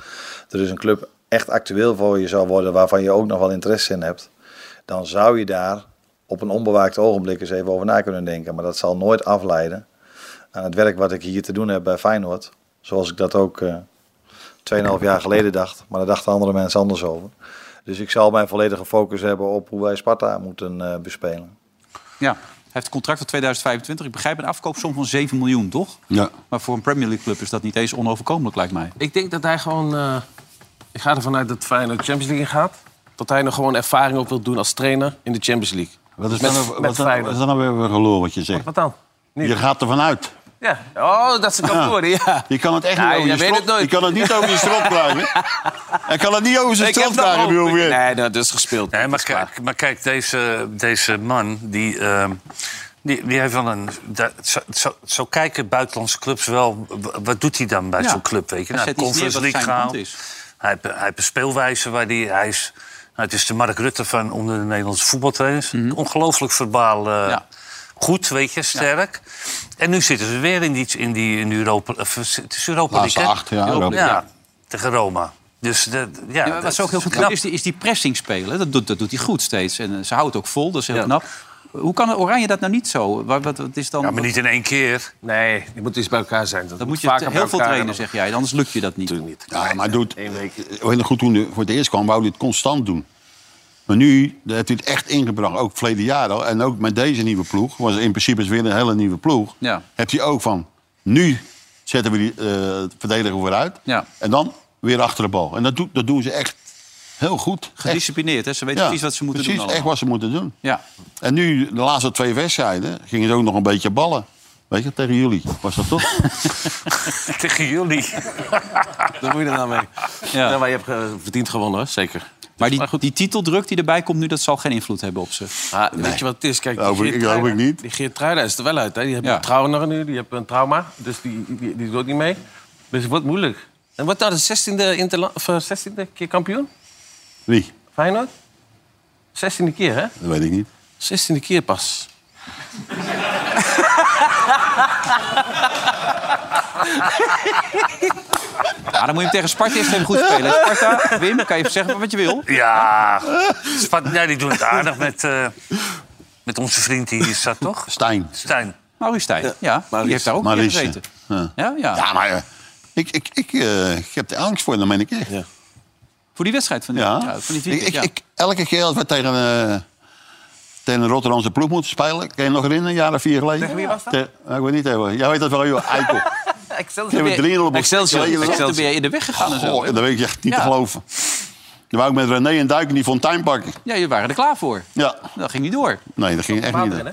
Speaker 11: er dus een club echt actueel voor je zou worden, waarvan je ook nog wel interesse in hebt, dan zou je daar op een onbewaakt ogenblik eens even over na kunnen denken. Maar dat zal nooit afleiden aan het werk wat ik hier te doen heb bij Feyenoord. Zoals ik dat ook eh 2,5 jaar geleden dacht. Maar daar dachten andere mensen anders over. Dus ik zal mijn volledige focus hebben op hoe wij Sparta moeten eh, bespelen.
Speaker 2: Ja, hij heeft een contract tot 2025. Ik begrijp een afkoopsom van 7 miljoen, toch?
Speaker 3: Ja.
Speaker 2: Maar voor een Premier League club is dat niet eens onoverkomelijk, lijkt mij.
Speaker 5: Ik denk dat hij gewoon... eh, ik ga ervan uit dat Feyenoord Champions League gaat. Dat hij nog gewoon ervaring op wil doen als trainer in de Champions League.
Speaker 3: Wat is,
Speaker 5: Met-
Speaker 3: dan,
Speaker 5: Dus met
Speaker 3: wat, dan,
Speaker 5: Feyenoord.
Speaker 3: wat is dan nou weer voor gelul wat je zegt?
Speaker 5: Wat dan?
Speaker 3: Je gaat ervan uit.
Speaker 5: Ja. Oh, dat ze kan worden, ja.
Speaker 3: Je kan het echt
Speaker 5: Nou,
Speaker 3: niet over
Speaker 5: jij
Speaker 3: je strot,
Speaker 5: weet het nooit.
Speaker 3: je kan het niet over je
Speaker 5: [LAUGHS]
Speaker 3: strot krijgen. Hij kan het niet over zijn
Speaker 5: Ik heb
Speaker 3: strot
Speaker 5: nog
Speaker 3: krijgen,
Speaker 5: hoop.
Speaker 3: bedoel je?
Speaker 5: Nee, dat is gespeeld.
Speaker 4: Nee, maar,
Speaker 5: Dat is klaar.
Speaker 4: kijk, maar kijk, deze, deze man, die, ehm, die, die heeft wel een... da- zo, zo, zo kijken buitenlandse clubs wel... w- Wat doet hij dan bij
Speaker 2: Ja.
Speaker 4: zo'n club, weet je?
Speaker 2: Hij
Speaker 4: Nou,
Speaker 2: zet iets
Speaker 4: Conference
Speaker 2: neer wat
Speaker 4: League
Speaker 2: zijn hand
Speaker 4: gehaald.
Speaker 2: is.
Speaker 4: Hij heeft, hij heeft een speelwijze waar die, hij is... Nou, het is de Mark Rutte van onder de Nederlandse voetbaltrainers. Ongelooflijk verbaal eh,
Speaker 2: Mhm. Ja.
Speaker 4: goed, weet je, sterk. En nu zitten ze weer in die, in die in Europa... Of, het is Europa
Speaker 3: Laatste
Speaker 4: League, hè?
Speaker 3: acht, ja, Europa
Speaker 4: ja,
Speaker 3: League.
Speaker 4: tegen Roma. Dus dat, ja,
Speaker 2: Ja, maar
Speaker 4: dat
Speaker 2: wat ze ook heel goed
Speaker 4: knap.
Speaker 2: knap. is, die, is die pressing spelen. Dat doet, dat doet hij goed steeds. En eh, ze houdt ook vol, dat is heel knap. Hoe kan Oranje dat nou niet zo? Wat, wat, wat is dan...
Speaker 4: Ja, maar niet in één keer.
Speaker 5: Nee, je moet eens bij elkaar zijn. Dat,
Speaker 2: Dan moet
Speaker 5: moet
Speaker 2: je
Speaker 5: vaker
Speaker 2: te- heel
Speaker 5: bij
Speaker 2: veel
Speaker 5: elkaar
Speaker 2: trainen,
Speaker 5: en dan-
Speaker 2: zeg jij. Anders lukt je dat niet.
Speaker 5: Natuurlijk niet.
Speaker 3: Ja, maar doet, weet nog goed toen hij voor het eerst kwam, wou hij het constant doen. Maar nu daar heeft hij het echt ingebracht, ook verleden jaar al. En ook met deze nieuwe ploeg, was het in principe weer een hele nieuwe ploeg.
Speaker 2: Ja.
Speaker 3: Heeft hij ook van, nu zetten we die eh verdediger vooruit.
Speaker 2: Ja.
Speaker 3: En dan weer achter de bal. En dat, doet, dat doen ze echt heel goed. Echt.
Speaker 2: Gedisciplineerd, hè? Ze weten
Speaker 3: Ja,
Speaker 2: precies wat ze moeten
Speaker 3: precies,
Speaker 2: doen
Speaker 3: echt
Speaker 2: allemaal.
Speaker 3: wat ze moeten doen.
Speaker 2: Ja.
Speaker 3: En nu, de laatste twee wedstrijden, gingen ze ook nog een beetje ballen. Weet je, tegen jullie was dat
Speaker 2: [LAUGHS]
Speaker 3: toch?
Speaker 5: [LAUGHS]
Speaker 4: Tegen jullie.
Speaker 5: Daar moet je er nou mee.
Speaker 2: Ja.
Speaker 5: Ja. maar je hebt eh, verdiend gewonnen, hoor. zeker.
Speaker 2: Maar die, die titeldruk die erbij komt nu, dat zal geen invloed hebben op ze.
Speaker 5: Maar Ah, Weet je wat het is? Kijk,
Speaker 3: Dat hoop ik- dat hoop ik niet.
Speaker 5: die Geert Truida is er wel uit. Hè? Die hebben
Speaker 2: Ja.
Speaker 5: een trauma nu, die hebben een trauma. Dus die, die, die doet niet mee. Dus het wordt moeilijk. En wordt nou de 16e, interla- of, eh, 16e keer kampioen?
Speaker 3: Wie?
Speaker 5: Feyenoord? 16e keer, hè?
Speaker 3: Dat weet ik niet.
Speaker 5: 16e keer
Speaker 2: [LAUGHS]
Speaker 5: pas.
Speaker 9: [LAUGHS]
Speaker 2: Ja, dan moet je hem tegen Sparta eerst even goed
Speaker 4: [LAUGHS]
Speaker 2: spelen. Sparta, Wim, kan je even zeggen wat je wil?
Speaker 4: Ja, Spat, nee, die doen het aardig met, eh, met onze vriend die hier zat, toch?
Speaker 3: Stijn.
Speaker 4: Stijn.
Speaker 2: Maurice Stijn, ja. Die heeft daar ook in
Speaker 3: Maurice,
Speaker 2: gezeten. Ja,
Speaker 3: ja.
Speaker 2: ja.
Speaker 3: Ja, maar eh, ik, ik, ik, eh, ik heb er angst voor, dan ben ik echt. Ja.
Speaker 2: Voor die wedstrijd van die, ja. van die
Speaker 3: ik,
Speaker 2: weekend,
Speaker 3: ik,
Speaker 2: ja.
Speaker 3: ik- elke keer als we tegen, eh, tegen een Rotterdamse ploeg moeten spelen... Kan je nog herinneren, een jaar of vier geleden? Tegen wie was dat? ik weet niet even. Jij weet dat wel, joh. [LAUGHS] Eikel.
Speaker 5: Excelsior.
Speaker 3: Hebben we 3 op
Speaker 2: Excelsior,
Speaker 3: Geleden.
Speaker 2: Excelsior ben je in de weg gegaan en zo.
Speaker 3: Goh,
Speaker 2: hè?
Speaker 3: dat weet ik echt niet
Speaker 2: Ja.
Speaker 3: te geloven. Dan wou ik met René en Duik in die fontein pakken.
Speaker 2: Ja, je waren er klaar voor.
Speaker 3: Ja.
Speaker 2: Dat ging niet door.
Speaker 3: Nee, dat ging echt niet.
Speaker 5: erin, hè?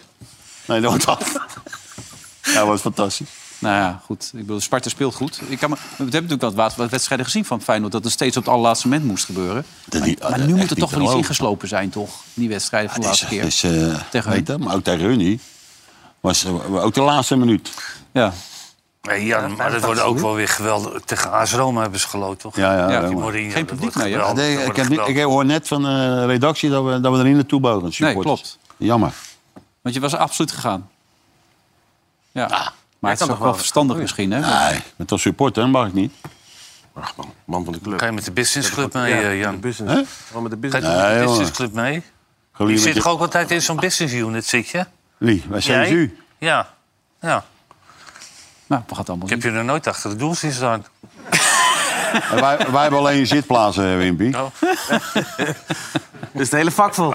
Speaker 3: Nee, dat was dat. Ja, dat was fantastisch.
Speaker 2: Nou ja, goed. Ik bedoel, Sparta speelt goed. Ik kan me, we hebben natuurlijk wat, wat, wat wedstrijden gezien van Feyenoord... dat het steeds op het allerlaatste moment moest gebeuren.
Speaker 3: Dat niet-
Speaker 2: Maar
Speaker 3: dat
Speaker 2: nu
Speaker 3: echt
Speaker 2: moet er
Speaker 3: niet
Speaker 2: toch wel iets
Speaker 3: geloven.
Speaker 2: ingeslopen zijn, toch? Die wedstrijden van de
Speaker 3: Het
Speaker 2: laatste
Speaker 3: is,
Speaker 2: keer.
Speaker 3: is, eh,
Speaker 2: Tegen
Speaker 3: weet
Speaker 2: hun.
Speaker 3: je, maar ook tegen hun niet. Was eh, ook de laatste minuut.
Speaker 2: Ja.
Speaker 4: Nee, ja, maar dat wordt ook wel weer geweldig. Tegen AS Roma hebben ze geloot, toch?
Speaker 3: Ja, ja,
Speaker 4: die
Speaker 3: ja.
Speaker 4: Mourinho,
Speaker 2: Geen
Speaker 4: dat
Speaker 2: publiek
Speaker 4: wordt
Speaker 2: meer, hè?
Speaker 3: Ja,
Speaker 4: geweldig,
Speaker 3: nee,
Speaker 4: dat
Speaker 3: ik,
Speaker 4: wordt
Speaker 3: heb niet,
Speaker 4: geweldig.
Speaker 3: ik hoor net van de redactie dat we, dat we er niet naartoe mogen.
Speaker 2: Nee,
Speaker 3: supporters.
Speaker 2: klopt.
Speaker 3: Jammer.
Speaker 2: Want je was absoluut gegaan. Ja. maar
Speaker 4: kan
Speaker 2: het is
Speaker 4: nog
Speaker 2: ook
Speaker 4: wel
Speaker 2: wel
Speaker 4: wat.
Speaker 2: verstandig misschien, hè?
Speaker 3: Nee, ik ben toch supporter, mag ik niet.
Speaker 5: Ach man, man van de club.
Speaker 4: Ga je met de businessclub mee,
Speaker 5: Ja,
Speaker 4: eh,
Speaker 5: met de
Speaker 4: Jan?
Speaker 5: business.
Speaker 3: Hè?
Speaker 5: Gewoon met de
Speaker 4: Ga je
Speaker 5: business.
Speaker 3: Nee,
Speaker 4: met de
Speaker 3: jongen.
Speaker 4: businessclub mee? Je zit toch ook altijd in zo'n business unit, zit je?
Speaker 3: Wie? Wij zijn
Speaker 4: Jij?
Speaker 3: u.
Speaker 4: Ja. ja.
Speaker 2: Nou, we gaan het allemaal
Speaker 4: Ik
Speaker 2: zien.
Speaker 4: heb je er nooit achter de doel zien
Speaker 2: [LAUGHS]
Speaker 4: staan.
Speaker 3: En Wij, wij hebben alleen zitplaatsen, eh, Wimpy.
Speaker 4: Oh.
Speaker 8: Dus het hele vak vol.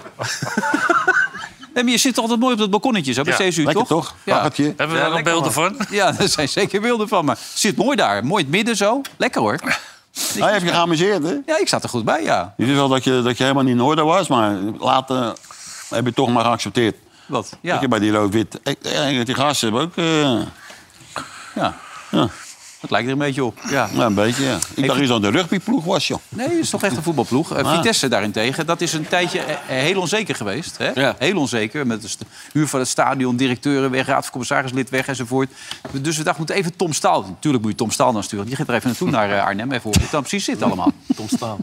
Speaker 2: Nee, maar je zit altijd mooi op dat balkonnetje, zo bij
Speaker 4: Ja,
Speaker 2: CSU,
Speaker 3: Lekker
Speaker 2: toch?
Speaker 3: toch?
Speaker 2: Ja.
Speaker 3: Pakkertje.
Speaker 4: Hebben we daar nog beelden van?
Speaker 2: ja, daar zijn zeker beelden van. Maar het zit mooi daar. Mooi in het midden zo. Lekker hoor.
Speaker 3: Hij heeft je geamuseerd, hè?
Speaker 2: Ja, ik zat er goed bij, ja.
Speaker 3: Je ziet wel dat je, dat je helemaal niet in orde was, maar later heb je toch maar geaccepteerd.
Speaker 2: Wat?
Speaker 3: Ik
Speaker 2: Ja.
Speaker 3: heb bij die Eh, rood-wit. ik- ik- Die gasten hebben ook. eh,
Speaker 2: ja. Dat lijkt er een beetje op. Ja.
Speaker 3: Ja, een beetje, ja. Ik dacht eens aan de rugbyploeg was, joh.
Speaker 2: Nee, het is toch echt een voetbalploeg. Eh,
Speaker 3: Ah.
Speaker 2: Vitesse daarentegen, dat is een tijdje eh, heel onzeker geweest. Hè?
Speaker 5: Ja.
Speaker 2: Heel onzeker, met de st- huur van het stadion, directeuren weg, raad van commissarissen lid weg enzovoort. Dus we dachten, moeten even Tom Staal... Natuurlijk moet je Tom Staal dan sturen. Die gaat er even naartoe naar eh, Arnhem, even horen hoe het dan precies zit allemaal.
Speaker 5: Tom Staal.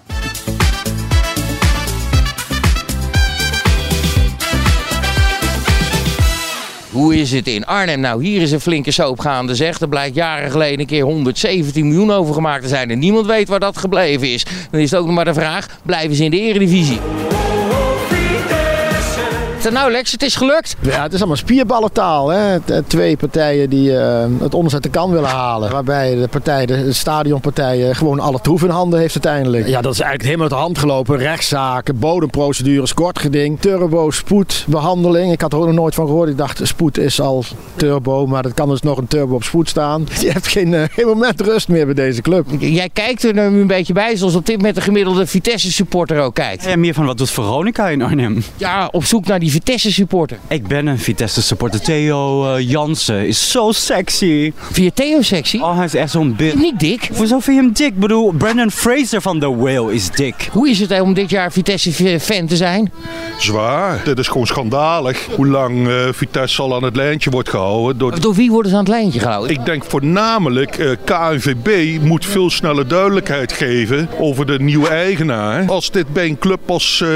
Speaker 12: Hoe is het in Arnhem? Nou, hier is een flinke soap gaande, zeg. Er blijkt jaren geleden een keer 117 miljoen overgemaakt te zijn. En niemand weet waar dat gebleven is. Dan is het ook nog maar de vraag, blijven ze in de eredivisie? Nou Lex, het is gelukt.
Speaker 13: Ja, het is allemaal spierballentaal. Hè? T- Twee partijen die eh, het onderzet de kan willen halen. Waarbij de partij, de stadionpartij, eh, gewoon alle troeven in handen heeft uiteindelijk. Ja, dat is eigenlijk helemaal uit de hand gelopen. Rechtszaken, bodemprocedures, kortgeding, turbo, spoedbehandeling. Ik had er ook nog nooit van gehoord. Ik dacht, spoed is al turbo, maar dat kan dus nog een turbo op spoed staan. Je hebt geen, eh, geen moment rust meer bij deze club.
Speaker 12: Jij kijkt er nu een beetje bij, zoals op dit moment de gemiddelde Vitesse-supporter ook kijkt.
Speaker 14: Ja, Eh, meer van wat doet Veronica in Arnhem?
Speaker 12: Ja, op zoek naar die Vitesse-supporter.
Speaker 14: Ik ben een Vitesse supporter. Theo eh, Jansen is zo sexy.
Speaker 12: Via Theo-sectie?
Speaker 14: Oh, hij is echt zo'n bitch.
Speaker 12: Niet dik.
Speaker 14: Hoezo vind je hem dik? Ik bedoel, Brandon Fraser van The Whale is dik.
Speaker 12: Hoe is het om dit jaar Vitesse-fan te zijn?
Speaker 15: Zwaar. Dit is gewoon schandalig. Hoe lang eh, Vitesse al aan het lijntje wordt gehouden. Door...
Speaker 12: Door wie worden ze aan het lijntje gehouden?
Speaker 15: Ik denk voornamelijk eh KNVB moet veel sneller duidelijkheid geven over de nieuwe eigenaar. Als dit bij een club als eh,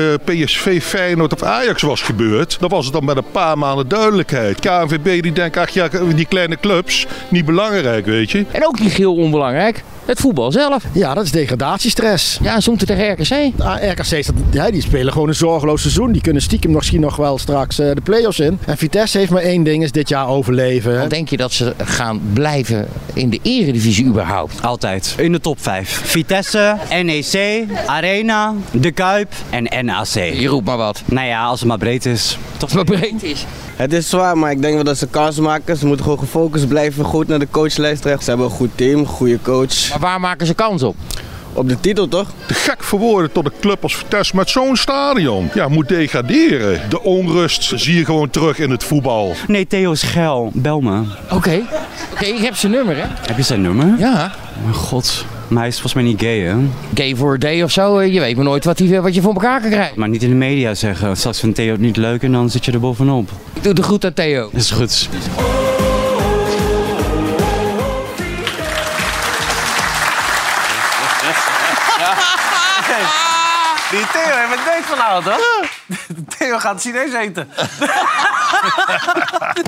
Speaker 15: PSV, Feyenoord of Ajax was gebeurd, dan was het dan met een paar maanden duidelijkheid. KNVB die denkt, ach ja, die kleine clubs, niet belangrijk, weet je.
Speaker 12: En ook niet heel onbelangrijk, het voetbal zelf.
Speaker 13: Ja, dat is degradatiestress.
Speaker 12: Ja, soms tegen RKC.
Speaker 13: Ah, RKC, is dat, ja, die spelen gewoon een zorgeloos seizoen. Die kunnen stiekem misschien nog wel straks eh, de play-offs in. En Vitesse heeft maar één ding, is dit jaar overleven.
Speaker 12: Dan denk je dat ze gaan blijven in de eredivisie überhaupt.
Speaker 14: Altijd. In de top 5. Vitesse, NEC, Arena, De Kuip en NAC.
Speaker 12: Je roept maar wat.
Speaker 14: Nou ja, als het maar breed is.
Speaker 12: Of het maar breed is.
Speaker 16: Het is zwaar, maar ik denk wel dat ze kans maken. Ze moeten gewoon gefocust blijven, goed naar de coach luisteren. Ze hebben een goed team, goede coach.
Speaker 12: Maar waar maken ze kans op?
Speaker 16: Op de titel toch?
Speaker 15: te gek voor woorden tot een club als Vitesse met zo'n stadion. Ja, moet degraderen. De onrust zie je gewoon terug in het voetbal.
Speaker 14: Nee, Theo is geil. Bel me.
Speaker 12: Oké. Oké, ik heb zijn nummer, hè?
Speaker 14: Heb je zijn nummer?
Speaker 12: Ja.
Speaker 14: Oh mijn god. Maar hij is volgens mij niet gay, hè?
Speaker 12: Gay voor a day of zo. eh, Je weet maar nooit wat, die, wat je voor elkaar kan krijgen.
Speaker 14: Maar niet in de media zeggen. Straks vindt Theo het niet leuk en dan zit je er bovenop.
Speaker 12: Ik doe de groet aan Theo.
Speaker 14: Is goed.
Speaker 5: [LAUGHS]
Speaker 8: Die Theo heeft het deed vanavond, hoor. Theo gaat Chinees
Speaker 5: [LAUGHS]
Speaker 8: eten.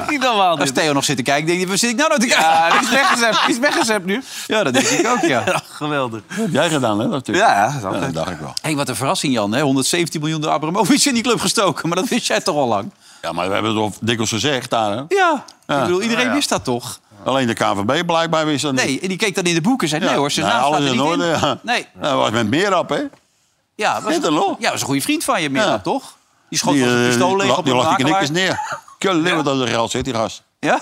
Speaker 8: Niet normaal,
Speaker 2: Als
Speaker 8: dit.
Speaker 2: Theo nog zit te kijken, denk je, waar zit ik nou nou te kijken?
Speaker 8: Ja, die is weggezept, die is weggezept nu.
Speaker 2: Ja, dat denk ik ook, [LAUGHS] ja.
Speaker 8: Geweldig.
Speaker 3: Dat heb jij gedaan, hè? Natuurlijk.
Speaker 8: Ja, ja, dat is
Speaker 3: dat,
Speaker 8: altijd.
Speaker 3: dacht ik wel.
Speaker 2: Hé, wat een verrassing, Jan. Hè? 117 miljoen door Abramovic in die club gestoken. Maar dat wist jij toch al lang?
Speaker 3: Ja, maar we hebben het al dikwijls gezegd daar, hè?
Speaker 2: Ja. Ik bedoel, iedereen wist dat toch?
Speaker 3: Alleen de KNVB blijkbaar wist dat niet.
Speaker 2: Nee, en die keek dan in de boeken en zei...
Speaker 3: Ja,
Speaker 2: Nee hoor, zijn
Speaker 3: nou,
Speaker 2: naam staat
Speaker 3: alles
Speaker 2: er
Speaker 3: in orde,
Speaker 2: niet in.
Speaker 3: ja.
Speaker 2: Nee.
Speaker 3: Dat was met Merap, hè?
Speaker 2: Ja, was,
Speaker 3: Zit er nog?
Speaker 2: ja, was een goede vriend van je, meer
Speaker 3: Ja.
Speaker 2: toch? Die schoot
Speaker 3: Die,
Speaker 2: wel zijn
Speaker 3: eh,
Speaker 2: pistool leeg
Speaker 3: la-
Speaker 2: op
Speaker 3: die
Speaker 2: een
Speaker 3: lag die
Speaker 2: makelaar.
Speaker 3: knikkers neer. Kullen wat dat er geld zit, die gast.
Speaker 2: Ja?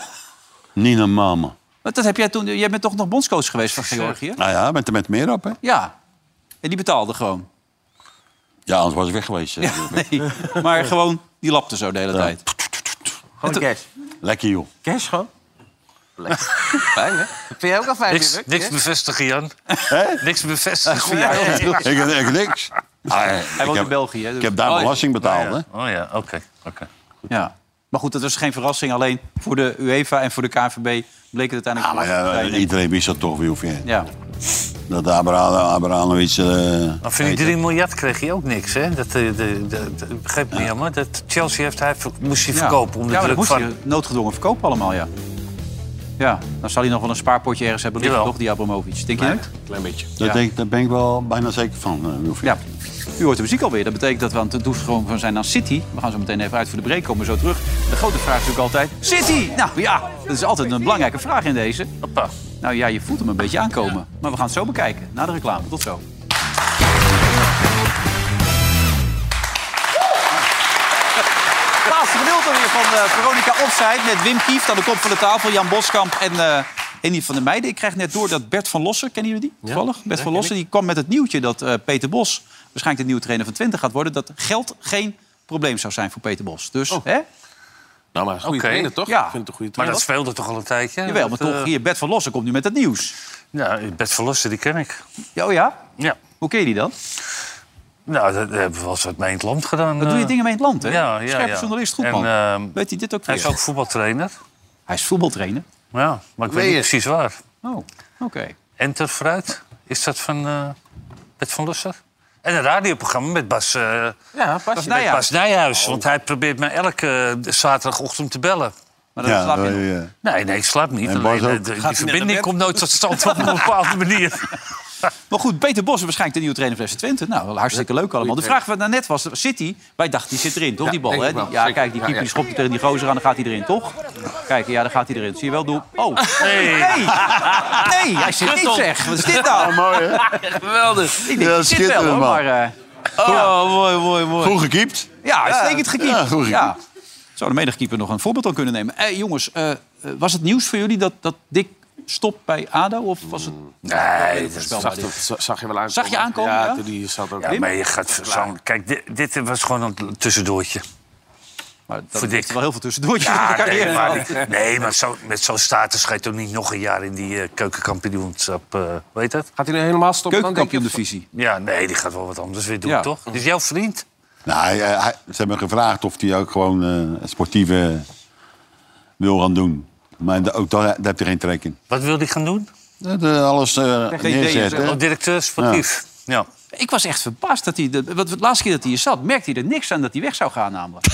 Speaker 3: Niet normaal, man.
Speaker 2: Want dat heb jij toen... Jij bent toch nog bondscoach geweest van Georgië?
Speaker 3: Nou ja, met, met Merap, hè?
Speaker 2: Ja. En die betaalde gewoon.
Speaker 3: Ja, anders was ik weg geweest. eh, hè.
Speaker 2: [LAUGHS] Nee, maar gewoon... Die lapte zo de hele tijd.
Speaker 8: Gewoon cash.
Speaker 3: Lekker, joh.
Speaker 8: Cash gewoon? Fijn, hè? Vind jij ook al fijn,
Speaker 4: Niks,
Speaker 8: Dirk?
Speaker 4: niks
Speaker 8: Ja?
Speaker 4: bevestigen, Jan. Niks bevestigen.
Speaker 3: ik ik niks. Ah,
Speaker 2: Hij
Speaker 3: ik,
Speaker 2: woont in
Speaker 3: heb,
Speaker 2: België. hè, dus-
Speaker 3: ik heb daar
Speaker 2: Oh, ja.
Speaker 3: belasting betaald, hè?
Speaker 4: Oh ja, oké. oké.
Speaker 2: Ja. Maar goed, dat was geen verrassing. Alleen voor de UEFA en voor de KNVB bleek het uiteindelijk...
Speaker 3: Maar ja, eh, iedereen wist dat toch, Wilfje.
Speaker 2: Ja.
Speaker 3: Dat Abra- Abramovic... eh,
Speaker 4: Maar voor die 3 miljard kreeg hij ook niks, hè? Dat, eh, de, de, de- ik begreep niet helemaal. Dat Chelsea heeft, hij, ver- moest hij verkopen. Om de
Speaker 2: ja, maar
Speaker 4: druk
Speaker 2: dat
Speaker 4: van...
Speaker 2: moest hij noodgedwongen verkopen allemaal, ja. Ja, dan zal hij nog wel een spaarpotje ergens hebben liggen,
Speaker 3: Jawel.
Speaker 2: toch, die Abramovic? Denk je niet?
Speaker 5: Klein beetje.
Speaker 3: Dat
Speaker 2: Ja.
Speaker 3: denk, daar ben ik wel bijna zeker van, eh, Wilfje.
Speaker 2: Ja. U hoort de muziek alweer. Dat betekent dat we aan het toestroom van zijn aan City. We gaan zo meteen even uit voor de break, komen we zo terug. De grote vraag is natuurlijk altijd... City! Nou ja, dat is altijd een belangrijke vraag in deze. Nou ja, je voelt hem een beetje aankomen. Maar we gaan het zo bekijken, na de reclame. Tot zo. Laatste gedeelte weer van eh, Veronica Offside met Wim Kieft aan de kop van de tafel. Jan Boskamp en eh Henny van der Meijden. Ik krijg net door dat Bert van Lossen, kennen jullie die toevallig? Bert van Lossen die kwam met het nieuwtje dat eh, Peter Bos waarschijnlijk de nieuwe trainer van Twente gaat worden. Dat geld geen probleem zou zijn voor Peter Bos. Dus, hè?
Speaker 5: Oh. Nou, maar
Speaker 4: Oké.
Speaker 2: Ja.
Speaker 4: maar dat speelde toch al een tijdje?
Speaker 2: Jawel, maar
Speaker 4: Dat,
Speaker 2: toch,
Speaker 4: eh,
Speaker 2: hier, Bert van Lossen komt nu met het nieuws.
Speaker 4: Ja, Bert van Lossen, die ken ik.
Speaker 2: Oh ja?
Speaker 4: Ja.
Speaker 2: Hoe ken je die dan?
Speaker 4: Nou, dat hebben we wel eens wat mee in het land gedaan.
Speaker 2: Dat doe je
Speaker 4: eh.
Speaker 2: dingen mee in het land, hè?
Speaker 4: Ja, ja,
Speaker 2: Scherpe
Speaker 4: ja.
Speaker 2: journalist, goed
Speaker 4: En,
Speaker 2: man.
Speaker 4: ehm,
Speaker 2: Weet hij dit ook
Speaker 4: Hij
Speaker 2: weer?
Speaker 4: is ook voetbaltrainer.
Speaker 2: Hij is voetbaltrainer?
Speaker 4: Ja, maar ik
Speaker 2: Weer.
Speaker 4: weet niet precies waar.
Speaker 2: Oh, oké.
Speaker 4: Enter vooruit. Is dat van eh Bert van Lusser? En een radioprogramma met Bas, eh,
Speaker 8: Ja,
Speaker 4: met
Speaker 8: pas
Speaker 2: nou
Speaker 8: je.
Speaker 4: Bas Nijhuis. Want
Speaker 2: Oh.
Speaker 4: hij probeert mij elke eh, zaterdagochtend te bellen.
Speaker 2: Maar
Speaker 3: dan Ja, slaap je eh, nog.
Speaker 4: Nee, nee, ik slaap niet.
Speaker 3: En
Speaker 4: Alleen,
Speaker 3: Bas
Speaker 4: eh,
Speaker 3: ook.
Speaker 4: de-
Speaker 2: Gaat hij
Speaker 4: die
Speaker 2: naar bed?
Speaker 4: verbinding komt nooit tot stand op een
Speaker 2: [LAUGHS]
Speaker 4: bepaalde manier.
Speaker 2: Maar goed, Peter Bos is waarschijnlijk de nieuwe trainer van FC Twente. Nou, wel hartstikke leuk allemaal. De vraag wat daarnet was, City, wij dachten die zit erin, toch?
Speaker 5: Ja,
Speaker 2: die bal,
Speaker 5: denk
Speaker 2: hè?
Speaker 5: ik wel,
Speaker 2: ja,
Speaker 5: zeker.
Speaker 2: kijk, die
Speaker 5: Ja,
Speaker 2: keeper die
Speaker 5: ja.
Speaker 2: schopt tegen die gozer aan, dan gaat hij erin, toch? Kijk, ja, dan gaat hij erin. Zie je wel, doe... Oh, nee! Nee,
Speaker 11: Ah,
Speaker 2: hij zit niet,
Speaker 8: Kut op.
Speaker 2: zeg! Wat is dit
Speaker 11: [LAUGHS]
Speaker 2: nou?
Speaker 3: mooi, hè?
Speaker 2: Geweldig. Ik denk,
Speaker 3: Ja,
Speaker 2: ik zit wel,
Speaker 3: schitterend,
Speaker 2: hoor,
Speaker 3: man.
Speaker 2: maar... eh,
Speaker 3: Oh,
Speaker 2: mooi, mooi, mooi.
Speaker 3: Goed gekiept.
Speaker 2: Ja, uitstekend gekiept.
Speaker 3: Ja, goed gekiept.
Speaker 2: Ja. Zou de medegekeeper nog een voorbeeld aan kunnen nemen? Eh, jongens, eh, eh, was het nieuws voor jullie dat, dat Dick stopt bij ADO? Of was het...
Speaker 4: Nee, dat
Speaker 2: Voorspelbaar
Speaker 5: Zag,
Speaker 2: dit.
Speaker 5: dat- zag zag je wel aankomen?
Speaker 2: Zag je aankomen, ja?
Speaker 5: Ja, toen die zat ook.
Speaker 4: Ja, maar je gaat zo'n... Kijk, dit, dit was gewoon een tussendoortje.
Speaker 2: Maar
Speaker 4: dat Voor
Speaker 2: wel heel veel tussendoortjes in de
Speaker 4: Ja, nee,
Speaker 2: carrière.
Speaker 4: maar, nee, maar zo, met zo'n status ga je toch niet nog een jaar in die eh, keukenkampioenschap... eh, weet dat?
Speaker 5: Gaat hij nu helemaal stoppen? dan, denk je?
Speaker 2: Keukenkampioen-divisie.
Speaker 4: Ja, nee, die gaat wel wat anders weer doen,
Speaker 2: Ja.
Speaker 4: toch? Dus jouw vriend?
Speaker 3: Nou, hij, eh, hij- ze hebben gevraagd of hij ook gewoon eh, het sportieve wil gaan doen. Maar da- ook daar, daar heeft hij geen trek in.
Speaker 4: Wat wil hij gaan doen?
Speaker 3: Dat, eh, alles eh, neerzetten.
Speaker 4: Oh, directeur sportief. Ja.
Speaker 2: Ik was echt verbaasd dat hij... De, wat, wat- de laatste keer dat hij hier zat, merkte hij er niks aan dat hij weg zou gaan
Speaker 17: [LAUGHS]
Speaker 2: namelijk.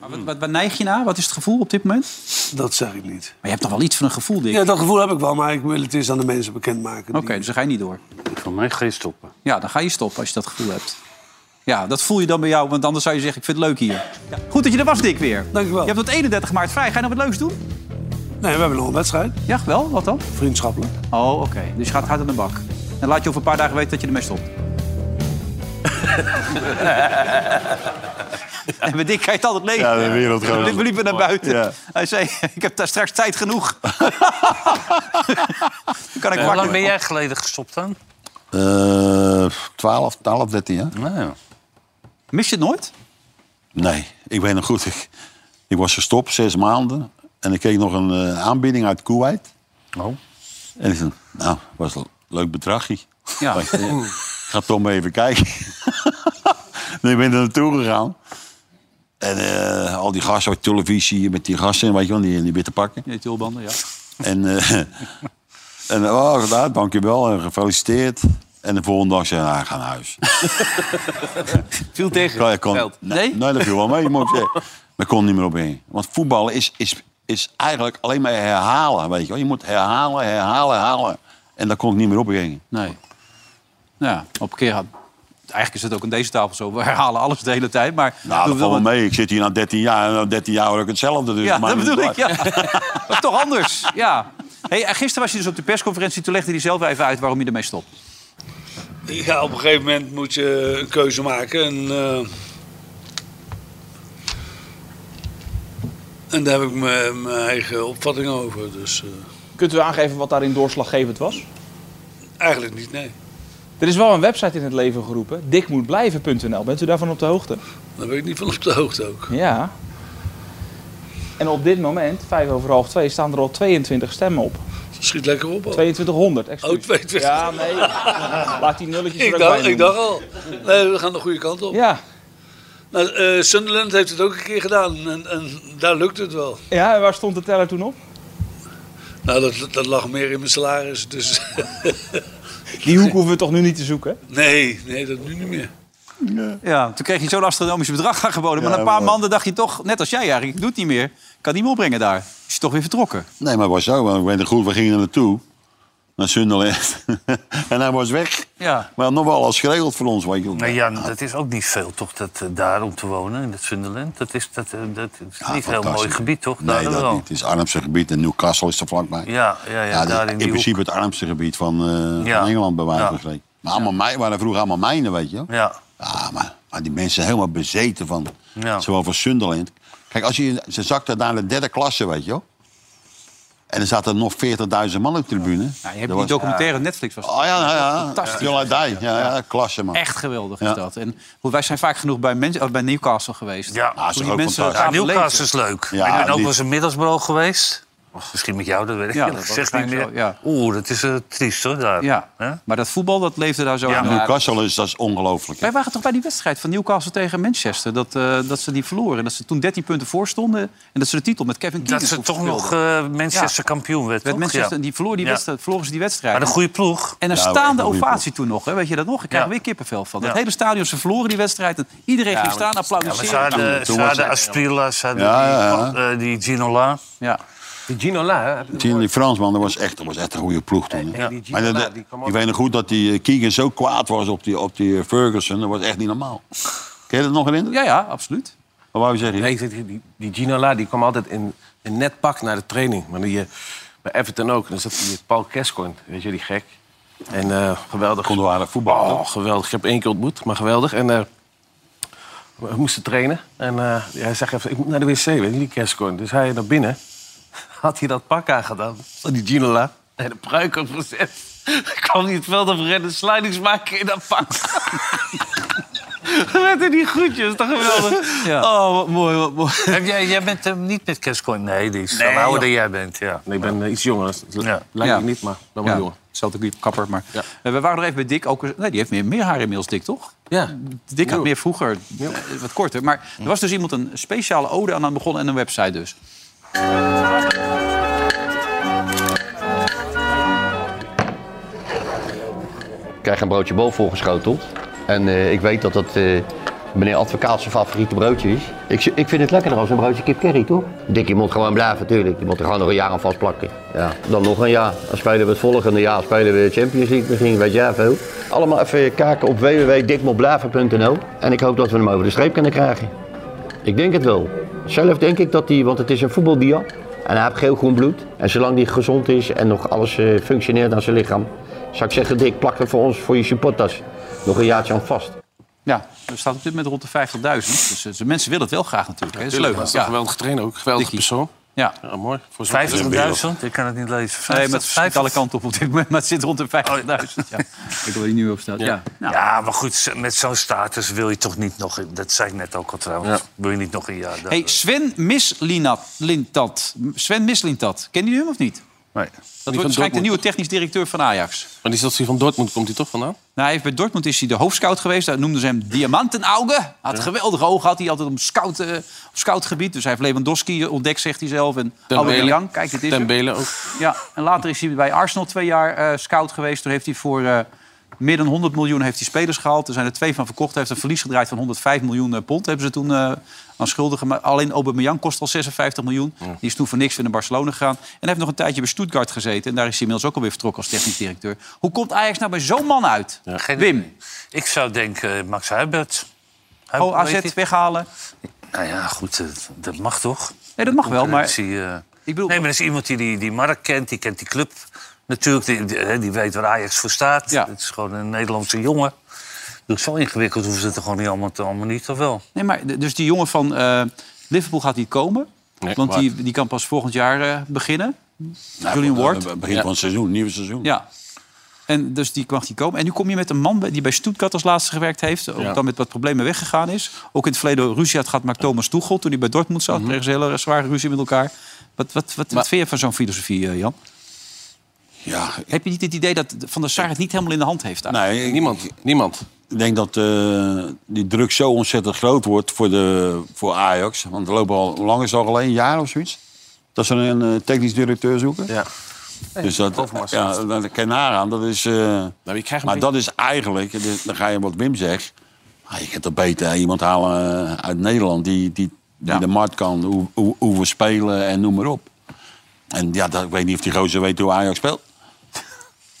Speaker 2: maar wat, wat, wat neig je naar? Wat is het gevoel op dit moment?
Speaker 17: Dat zeg ik niet.
Speaker 2: Maar je hebt toch wel iets van een gevoel, Dick?
Speaker 17: Ja, dat gevoel heb ik wel, maar ik wil het eens aan de mensen bekendmaken.
Speaker 2: Oké, dus dan ga je niet door.
Speaker 4: Voor mij ga je stoppen.
Speaker 2: Ja, dan ga je stoppen als je dat gevoel hebt. Ja, dat voel je dan bij jou, want anders zou je zeggen, ik vind het leuk hier. Goed dat je er was, Dick, weer. Dankjewel. Je hebt tot 31 maart vrij. Ga je nog wat leuks doen?
Speaker 17: Nee, we hebben nog een wedstrijd.
Speaker 2: Ja, wel? Wat dan?
Speaker 17: Vriendschappelijk.
Speaker 2: Oh, oké. Dus je gaat hard aan de bak. En laat je over een paar dagen weten dat je ermee stopt. En met Dick kan je het altijd lezen.
Speaker 3: Ja, de wereld gewoon.
Speaker 2: We liepen naar buiten.
Speaker 3: Ja.
Speaker 2: Hij zei, ik heb daar straks tijd genoeg. Dan kan
Speaker 4: Hoe
Speaker 2: ik
Speaker 4: lang
Speaker 2: wakker.
Speaker 4: ben jij geleden gestopt dan?
Speaker 3: Eh, 12, 12, 13 jaar.
Speaker 2: Nou Mis je het nooit?
Speaker 3: Nee, ik weet nog goed. Ik, ik was gestopt, zes maanden. En ik kreeg nog een eh, aanbieding uit Kuwait.
Speaker 4: Oh. [LAUGHS]
Speaker 3: En ik dacht, nou, was een leuk bedragje. Ik
Speaker 2: Ja.
Speaker 3: dacht, eh, ga toch maar even kijken. [LAUGHS] en ik ben er naartoe gegaan. En eh, al die gasten op televisie met die gasten, weet je wel, die, die witte pakken.
Speaker 2: Die tulbanden, ja.
Speaker 3: En, eh, [LAUGHS] en oh, gedaan, dankjewel en gefeliciteerd. En de volgende dag zei hij, "Ah, ik ga naar huis.
Speaker 2: [LAUGHS] Viel tegen?
Speaker 3: Ja, ik kon- nee? nee, dat viel wel mee, moet ik zeggen. Maar ik kon niet meer op in. Want voetballen is, is, is eigenlijk alleen maar herhalen, weet je wel. Je moet herhalen, herhalen, herhalen. En daar kon ik niet meer op in.
Speaker 2: Nee. Nou ja, op een keer... had- Eigenlijk is het ook aan deze tafel zo. We herhalen alles de hele tijd, maar...
Speaker 3: Nou, dat
Speaker 2: Doen we
Speaker 3: valt wel
Speaker 2: wel-
Speaker 3: mee. Ik zit hier na 13 jaar en na 13 jaar hoor ik hetzelfde. Dus
Speaker 2: Ja,
Speaker 3: maar
Speaker 2: dat bedoel ik,
Speaker 3: niet
Speaker 2: ja.
Speaker 3: uit. [LAUGHS]
Speaker 2: Dat is toch anders, ja. Hey, en gisteren was je dus op de persconferentie. Toen legde hij zelf even uit waarom je ermee stopt.
Speaker 17: Ja, op een gegeven moment moet je een keuze maken. En, eh, en daar heb ik mijn mijn eigen opvatting over. Dus eh,
Speaker 18: Kunt u aangeven wat daarin doorslaggevend was?
Speaker 17: eigenlijk niet, nee.
Speaker 18: Er is wel een website in het leven geroepen, dikmoetblijven.nl. Bent u daarvan op de hoogte?
Speaker 17: Daar ben ik niet van op de hoogte ook.
Speaker 18: Ja. En op dit moment, vijf over half twee, staan er al 22 stemmen op.
Speaker 17: Schiet lekker op. al.
Speaker 18: 2200, excuus.
Speaker 17: Oh, 22.
Speaker 18: Ja, nee. Laat die nulletjes er
Speaker 17: Ik
Speaker 18: ook
Speaker 17: dacht,
Speaker 18: bij
Speaker 17: ik
Speaker 18: doen.
Speaker 17: dacht al. Nee, we gaan de goede kant op.
Speaker 18: Ja.
Speaker 17: Nou, eh, Sunderland heeft het ook een keer gedaan en, en daar lukt het wel.
Speaker 18: Ja, en waar stond de teller toen op?
Speaker 17: Nou, dat, dat lag meer in mijn salaris, dus... [LAUGHS]
Speaker 18: Die hoek hoeven we toch nu niet te zoeken?
Speaker 17: nee, nee, dat nu niet meer.
Speaker 2: Ja, toen kreeg je zo'n astronomisch bedrag aangeboden. Maar
Speaker 3: Ja,
Speaker 2: na een paar
Speaker 3: maar-
Speaker 2: maanden dacht je toch, net als jij eigenlijk, ik doe het niet meer. Ik kan niet meer opbrengen daar. Is je toch weer vertrokken.
Speaker 3: Nee, maar het was zo. want Ik weet het goed, we gingen er naartoe. Naar Sunderland. [LAUGHS] en hij was weg.
Speaker 2: Ja.
Speaker 3: Maar nog wel alles geregeld voor ons, weet je wel.
Speaker 4: Nee, ja, dat is ook niet veel, toch? Dat, eh, daar om te wonen, in het Sunderland. Dat is, dat, eh, dat is niet een heel mooi
Speaker 3: Fantastisch.
Speaker 4: gebied, toch?
Speaker 3: Nee,
Speaker 4: daar
Speaker 3: dat
Speaker 4: wel.
Speaker 3: niet. Het is het armste gebied en Newcastle is er vlakbij.
Speaker 4: Ja, ja, ja,
Speaker 3: dat is
Speaker 4: daar in
Speaker 3: in,
Speaker 4: die
Speaker 3: principe het armste gebied van, eh,
Speaker 4: Ja.
Speaker 3: van Engeland, bij wijze
Speaker 4: Ja.
Speaker 3: van spreken. Maar allemaal mij, waren vroeger allemaal mijnen, weet je wel.
Speaker 4: Ja.
Speaker 3: Ja, maar, maar die mensen zijn helemaal bezeten van,
Speaker 4: Ja.
Speaker 3: zowel van Sunderland. Kijk, als je, ze zakte naar de derde klasse, weet je wel. En er zaten nog 40.000 man op de tribune. Ja,
Speaker 2: Nou, Je hebt die documentaire op Netflix was.
Speaker 3: Oh ja, ja, ja.
Speaker 2: Fantastisch.
Speaker 3: Jol Adai. Ja, ja, klasse man.
Speaker 2: Echt geweldig
Speaker 3: Ja.
Speaker 2: is dat. En goed, wij zijn vaak genoeg bij, mensen, of bij Newcastle geweest. Ja,
Speaker 3: Ah, is toch ook
Speaker 4: Ja, Newcastle is leuk. ik ben ook wel eens
Speaker 2: een
Speaker 4: in Middelsbro geweest. Misschien met jou, dat weet ik
Speaker 2: Ja,
Speaker 4: eerlijk
Speaker 2: dat
Speaker 4: gezegd niet meer.
Speaker 2: waarschijnlijk
Speaker 4: Oeh, dat is eh, triest hoor, daar.
Speaker 2: Ja.
Speaker 4: Hè?
Speaker 2: Maar dat voetbal, dat leefde daar zo
Speaker 4: Ja.
Speaker 2: in.
Speaker 4: Newcastle
Speaker 3: is, dus dat is ongelooflijk.
Speaker 2: Wij waren toch bij die wedstrijd van Newcastle tegen Manchester. Dat, eh, dat ze die verloren. Dat ze toen 13 punten voor stonden. En dat ze de titel met Kevin Keegan
Speaker 4: Dat ze toch
Speaker 2: speelden.
Speaker 4: nog eh, Manchester kampioen werd,
Speaker 2: Werd
Speaker 4: toch?
Speaker 2: Manchester,
Speaker 4: Ja.
Speaker 2: en die verloor die
Speaker 4: Ja.
Speaker 2: wedstrijd, verloren ze die wedstrijd.
Speaker 4: Maar een goede ploeg.
Speaker 2: En een
Speaker 4: Ja, Nou, echt
Speaker 2: staande
Speaker 4: een goede
Speaker 2: ovatie toen nog, hè? weet je dat nog? Ik krijg
Speaker 4: Ja.
Speaker 2: weer kippenvel van. Het
Speaker 4: Ja.
Speaker 2: hele stadion, ze verloren die wedstrijd. En iedereen
Speaker 4: Ja,
Speaker 2: ging
Speaker 4: maar-
Speaker 2: staan, applaudisseren.
Speaker 4: Ja, maar ze hadden-
Speaker 2: Toen
Speaker 4: ze
Speaker 2: was het-
Speaker 4: hadden Asprilla, ze hadden
Speaker 3: Ja, ja, ja.
Speaker 4: die, eh, die Ginola.
Speaker 2: Ja.
Speaker 5: Die Ginola, hè? Heb je-
Speaker 3: Tien, Die Fransman, dat was echt, dat was echt een goede ploeg toen. hè.
Speaker 5: die
Speaker 3: Maar dat,
Speaker 5: Ginola, die kwam
Speaker 3: ik weet nog goed dat die eh, Keegan zo kwaad was op die, op die eh, Ferguson. Dat was echt niet normaal. Ken je dat nog herinneren?
Speaker 2: Ja, ja, absoluut.
Speaker 3: Wat wou je zeggen?
Speaker 5: Nee, ik zeg, die, die, die Ginola die kwam altijd in een net pak naar de training. Maar die, eh, bij Everton ook. En dan zat die eh, Paul Kescoin, weet je, die gek. En eh, geweldig.
Speaker 3: Konden voetbal.
Speaker 5: Oh, geweldig. Ik heb hem één keer ontmoet, maar geweldig. En eh, we moesten trainen. En eh, hij zegt even, ik moet naar de wc, weet je, die Kescoin. Dus hij naar binnen. Had hij dat pak aangedaan, van die Ginola. En de pruik opgezet. kwam hij het veld op rennen, slidings maken in dat pak. Met die groetjes, toch
Speaker 4: [LAUGHS]
Speaker 5: geweldig? Oh, wat mooi, wat mooi.
Speaker 4: Heb jij, jij bent hem niet met Kerstcoin. Nee, die is
Speaker 5: Nee,
Speaker 4: van ouder dan
Speaker 5: joh.
Speaker 4: jij bent. Ja.
Speaker 5: Nee, ik ben eh, iets jonger. Dat
Speaker 4: Ja.
Speaker 5: lijkt
Speaker 2: Ja.
Speaker 5: me niet, maar dan wel
Speaker 2: Ja.
Speaker 5: jonger.
Speaker 2: Hetzelfde ook kapper, maar... Eh, we waren nog even bij Dick. Ook, nee, die heeft meer, meer haar inmiddels, Dick, toch?
Speaker 5: [LAUGHS] Ja.
Speaker 2: Dick had
Speaker 5: Ja.
Speaker 2: meer vroeger, eh, wat korter. Maar er was dus iemand een speciale ode aan aan begonnen en een website dus.
Speaker 19: Ik krijg een broodje bol voorgeschoteld. En eh, ik weet dat dat eh, meneer advocaat zijn favoriete broodje is. Ik, z- ik vind het lekkerder als een broodje kip curry, toch? Dikkie moet gewoon blijven, natuurlijk. Die moet er gewoon nog een jaar aan vastplakken. Ja. Dan nog een jaar. Dan spelen we het volgende jaar. Spelen we de Champions League misschien, weet jij veel. Allemaal even kijken op www.dikmoblaven.nl. En ik hoop dat we hem over de streep kunnen krijgen. Ik denk het wel. Zelf denk ik dat hij, want het is een voetbaldier. En hij heeft geel-groen bloed. En zolang hij gezond is en nog alles eh, functioneert aan zijn lichaam, zou ik zeggen, Dick, plak er voor ons, voor je supporters, nog een jaartje aan vast.
Speaker 2: Ja, er staat op dit moment rond de 50.000. Dus eh, mensen willen het wel graag natuurlijk. hè. Dat is leuk.
Speaker 5: Tuurlijk, Dat is
Speaker 2: Ja.
Speaker 5: een geweldig trainer ook. Geweldig persoon.
Speaker 2: Ja.
Speaker 5: mooi. Voor zo'n-
Speaker 4: 50.000? Ik kan het niet lezen.
Speaker 2: Nee, maar het schiet
Speaker 4: 50.
Speaker 2: alle kanten op op dit moment. Maar het zit rond de 50.000.
Speaker 5: Oh,
Speaker 2: Ja. Ik wil die nu op staat. Ja.
Speaker 4: Ja.
Speaker 5: Nou.
Speaker 4: maar goed, met zo'n status wil je toch niet nog... Dat zei ik net ook al trouwens. Wil je niet nog een jaar... dat-
Speaker 2: Hey, Sven Mislintat. Sven Mislintat. Ken je hem of niet?
Speaker 4: Nee.
Speaker 2: Dat wordt waarschijnlijk de nieuwe technisch directeur van Ajax.
Speaker 5: Maar die zat van Dortmund, komt hij toch vandaan?
Speaker 2: Nou, hij heeft bij Dortmund is hij de hoofdscout geweest. Daar noemden ze hem Diamantenauge. Had
Speaker 5: Ja.
Speaker 2: geweldige ogen, had hij altijd om scout, eh, op scoutgebied. Dus hij heeft Lewandowski ontdekt, zegt hij zelf. En
Speaker 5: Ten
Speaker 2: Aubameyang,
Speaker 5: Bele.
Speaker 2: kijk, dit is
Speaker 5: Ten
Speaker 2: hem.
Speaker 5: Bele ook.
Speaker 2: Ja, en later is hij bij Arsenal twee jaar eh, scout geweest. Toen heeft hij voor eh, meer dan 100 miljoen heeft hij spelers gehaald. Er zijn er twee van verkocht. Hij heeft een verlies gedraaid van 105 miljoen eh, pond. Hebben ze toen eh, aan schulden gemaakt. Alleen Aubameyang kost al 56 miljoen. Die is toen voor niks weer naar Barcelona gegaan. En hij heeft nog een tijdje bij Stuttgart gezeten. En daar is hij inmiddels ook alweer vertrokken als technisch directeur. Hoe komt Ajax nou bij zo'n man uit?
Speaker 4: Geen-
Speaker 2: Wim.
Speaker 4: Ik zou denken eh, Max Huibert.
Speaker 2: Oh,
Speaker 4: Huibert, weet
Speaker 2: AZ
Speaker 4: je?
Speaker 2: weghalen.
Speaker 4: Nou ja, goed, eh, dat mag toch?
Speaker 2: Nee, dat mag wel, maar-
Speaker 4: ik bedoel... Nee, maar dat is iemand die die, die markt kent, die kent die club. Natuurlijk, die, die, hè, die weet waar Ajax voor staat. Het is gewoon een Nederlandse jongen. Dus zo ingewikkeld hoeven ze het er gewoon niet allemaal, te- allemaal niet, of wel?
Speaker 2: Nee, maar d- dus die jongen van eh, Liverpool gaat niet komen. want
Speaker 4: waar.
Speaker 2: die, die kan pas volgend jaar eh, beginnen. Julian
Speaker 3: eh,
Speaker 2: Ward.
Speaker 3: begin van het seizoen, nieuw seizoen.
Speaker 2: Ja. En dus die mag die komen. En nu kom je met een man bij- die bij Stuttgart als laatste gewerkt heeft. Ook
Speaker 3: Ja.
Speaker 2: dan met wat problemen weggegaan is. Ook in het verleden ruzie had gehad met Thomas Tuchel. Toen hij bij Dortmund zat, kregen ze hele zware ruzie met elkaar. Wat, wat, wat, wat vind je van zo'n filosofie, eh, Jan?
Speaker 3: Ja.
Speaker 2: Heb je niet het idee dat Van der Sar het niet helemaal in de hand heeft? eigenlijk?
Speaker 5: niemand. niemand.
Speaker 3: Ik denk dat eh, die druk zo ontzettend groot wordt voor, de, voor Ajax. Want er lopen al, hoe lang is het al geleden? Een jaar of zoiets? Dat ze een eh, technisch directeur zoeken? Ja. Dus dat, ja, dat kan je nagaan. Dat is, eh, maar dat is eigenlijk, en dit- dan ga je wat Wim zegt. ah, je kunt er beter iemand halen eh, uit Nederland die, die, die de markt kan, hoe, hoe, hoe we spelen en noem maar op. En ja, dat, ik weet niet of die gozer weet hoe Ajax speelt.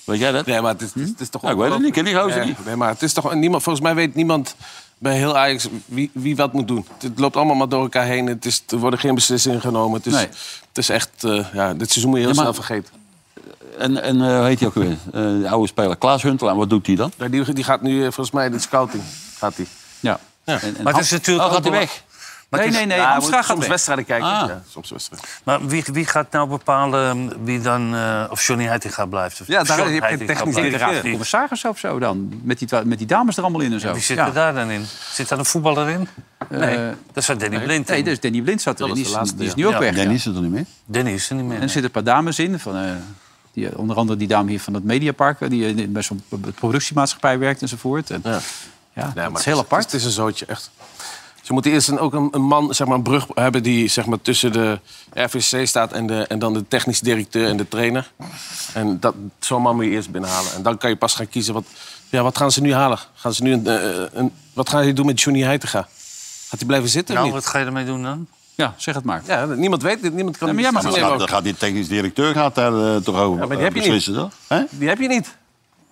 Speaker 3: Weet jij dat? Hm? Nou,
Speaker 5: Nee, maar het is, het is toch
Speaker 3: ik weet het niet. Ik ken die gozer
Speaker 5: Nee,
Speaker 3: niet.
Speaker 5: Nee, maar het is toch niemand, volgens mij weet niemand bij heel Ajax wie, wie wat moet doen. Het loopt allemaal maar door elkaar heen. Het is, er worden geen beslissingen genomen. Het is,
Speaker 3: Nee.
Speaker 5: het is echt, eh, ja, dit seizoen moet je heel
Speaker 3: Ja, maar-
Speaker 5: snel vergeten.
Speaker 3: En, en eh, hoe heet hij ook weer? Eh, de oude speler, Klaas Huntelaar. Wat doet hij dan?
Speaker 5: Ja, Die, die gaat nu eh, volgens mij de scouting. Gaat die.
Speaker 3: Ja.
Speaker 5: ja.
Speaker 4: Maar het is
Speaker 2: Oh,
Speaker 4: natuurlijk ook belang- Maar het is-
Speaker 5: Ah,
Speaker 4: Ja, hij moet
Speaker 5: soms
Speaker 4: soms
Speaker 5: wedstrijden kijken.
Speaker 4: Ah.
Speaker 5: Ja, soms wedstrijden.
Speaker 4: Maar wie, wie gaat nou bepalen eh, wie dan... eh, of Johnny Heitinga blijft? Of
Speaker 2: Ja, daar
Speaker 4: John
Speaker 2: heb je
Speaker 4: Heitinga
Speaker 2: geen technisch
Speaker 4: blijft.
Speaker 2: directeur. Commissaris of zo dan. Met die, twa- met die dames er allemaal in en zo.
Speaker 4: Wie zit er daar dan in? Zit daar een voetballer in? Nee, dat zat Danny Blind
Speaker 2: Nee,
Speaker 4: in.
Speaker 2: dus Danny Blind zat erin.
Speaker 4: Dat was
Speaker 2: Die is,
Speaker 4: de laatste,
Speaker 2: die is
Speaker 4: ja.
Speaker 2: nu ook
Speaker 4: Ja,
Speaker 2: weg.
Speaker 4: Danny is
Speaker 3: er niet meer.
Speaker 4: Danny is er niet meer.
Speaker 2: En er zitten een paar dames in. Van, eh, die, onder andere die dame hier van het Mediapark. eh, Die eh, bij zo'n p- productiemaatschappij werkt enzovoort. En, ja. dat is heel apart.
Speaker 5: Het is een zootje, echt. Ze moeten eerst een, ook een, een man, zeg maar, een brug hebben die zeg maar, tussen de RVC staat en, de, en dan de technisch directeur en de trainer. En dat, zo'n man moet je eerst binnenhalen. En dan kan je pas gaan kiezen, wat, ja, wat gaan ze nu halen? Gaan ze nu een, eh, een- wat gaan ze doen met Johnny Heitinga? Gaat hij blijven zitten
Speaker 4: Nou,
Speaker 5: of niet?
Speaker 4: wat ga je ermee doen dan?
Speaker 2: Ja, zeg het maar.
Speaker 5: Ja, niemand weet dit, niemand kan
Speaker 3: Ja, maar ja,
Speaker 5: dit
Speaker 3: maar
Speaker 5: beslissen.
Speaker 3: gaat, dan gaat die technisch directeur gaat daar eh, toch over
Speaker 5: Ja, maar die
Speaker 3: eh,
Speaker 5: heb je niet.
Speaker 3: beslissen, toch? Hè?
Speaker 5: Die heb je niet.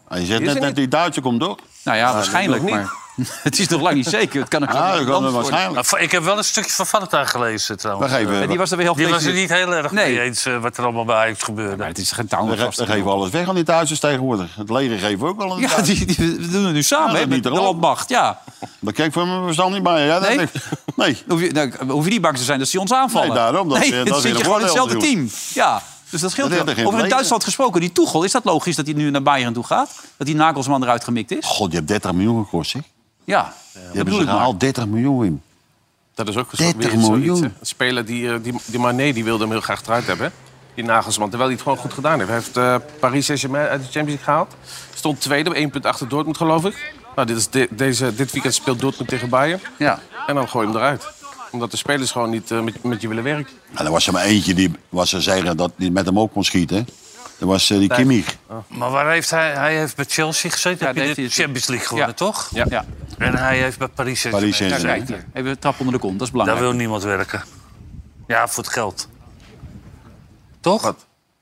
Speaker 3: Ah, je zegt
Speaker 5: Die is
Speaker 3: net,
Speaker 5: er
Speaker 3: net die Duitser komt door.
Speaker 2: Nou ja, waarschijnlijk,
Speaker 3: nog niet.
Speaker 2: maar [LAUGHS] het is nog lang niet zeker. Het kan ook zo
Speaker 3: Ah, dat
Speaker 2: iemand
Speaker 3: kan
Speaker 2: anders worden.
Speaker 3: waarschijnlijk.
Speaker 4: Maar Nou, Ik heb wel een stukje van Valentijn gelezen trouwens.
Speaker 3: Wacht even,
Speaker 4: Eh,
Speaker 3: Maar die was er weer heel
Speaker 4: Die was er niet
Speaker 3: gedecideerd.
Speaker 4: heel erg mee
Speaker 3: Nee.
Speaker 4: eens eh, wat er allemaal bij Ajax gebeurde. Maar
Speaker 2: het is geen
Speaker 3: We, ge- we geven alles weg aan die Duitsers tegenwoordig. Het leger geeft ook al een
Speaker 2: Ja,
Speaker 3: Duitser.
Speaker 2: die, die, we doen het nu samen,
Speaker 3: Ja,
Speaker 2: hè,
Speaker 3: dat
Speaker 2: met
Speaker 3: niet
Speaker 2: de
Speaker 3: erop.
Speaker 2: landmacht. Ja.
Speaker 3: Daar kijk ik voor mijn verstand niet bij. Ja, dat
Speaker 2: Nee?
Speaker 3: nee.
Speaker 2: Hoef je, nou, hoef je niet bang te zijn dat ze ons aanvallen.
Speaker 3: Nee, daarom, dat is- dat is
Speaker 2: dan
Speaker 3: weer
Speaker 2: zit
Speaker 3: een
Speaker 2: je gewoon in
Speaker 3: voordeel
Speaker 2: hetzelfde team. Ja, dus dat scheelt
Speaker 3: Dat is
Speaker 2: wel.
Speaker 3: er geen
Speaker 2: Over in
Speaker 3: reden.
Speaker 2: Duitsland gesproken, die Toegel, is dat logisch dat hij nu naar Bayern toe gaat? Dat die Nagelsman eruit gemikt is?
Speaker 3: God, je hebt 30 miljoen gekost, zeg.
Speaker 2: Ja,
Speaker 3: Je
Speaker 2: dat
Speaker 3: hebt
Speaker 2: bedoel
Speaker 3: ze
Speaker 2: ik maar.
Speaker 3: gehaald 30 miljoen, Wim.
Speaker 5: Dat is ook
Speaker 3: 30
Speaker 5: weer zoiets,
Speaker 3: miljoen.
Speaker 5: hè. Een speler die, eh, die, die Mané die wilde hem heel graag eruit hebben. hè. Die Nagelsman, terwijl hij het gewoon goed gedaan heeft. Hij heeft eh, Paris Saint-Germain uit de Champions League gehaald. Stond tweede, op één punt achter Dortmund, geloof ik. Nou, dit, is de- deze, dit weekend speelt Dortmund tegen Bayern.
Speaker 2: Ja.
Speaker 5: En dan gooi je hem eruit. Omdat de spelers gewoon niet eh, met, met je willen werken.
Speaker 3: En Nou, er was er maar eentje die was er zeggen dat die met hem op kon schieten. Dat was eh, die Kimmich.
Speaker 4: Maar waar heeft hij... Hij heeft bij Chelsea gezeten. heb je de Champions League gewonnen, toch?
Speaker 2: Ja. ja.
Speaker 4: En hij heeft bij Paris Saint-Germain
Speaker 3: Paris Saint-Germain.
Speaker 4: gezeten.
Speaker 2: Even een trap onder de kont, dat is
Speaker 4: Daar
Speaker 2: belangrijk.
Speaker 4: wil niemand werken. Ja, voor het geld. Toch?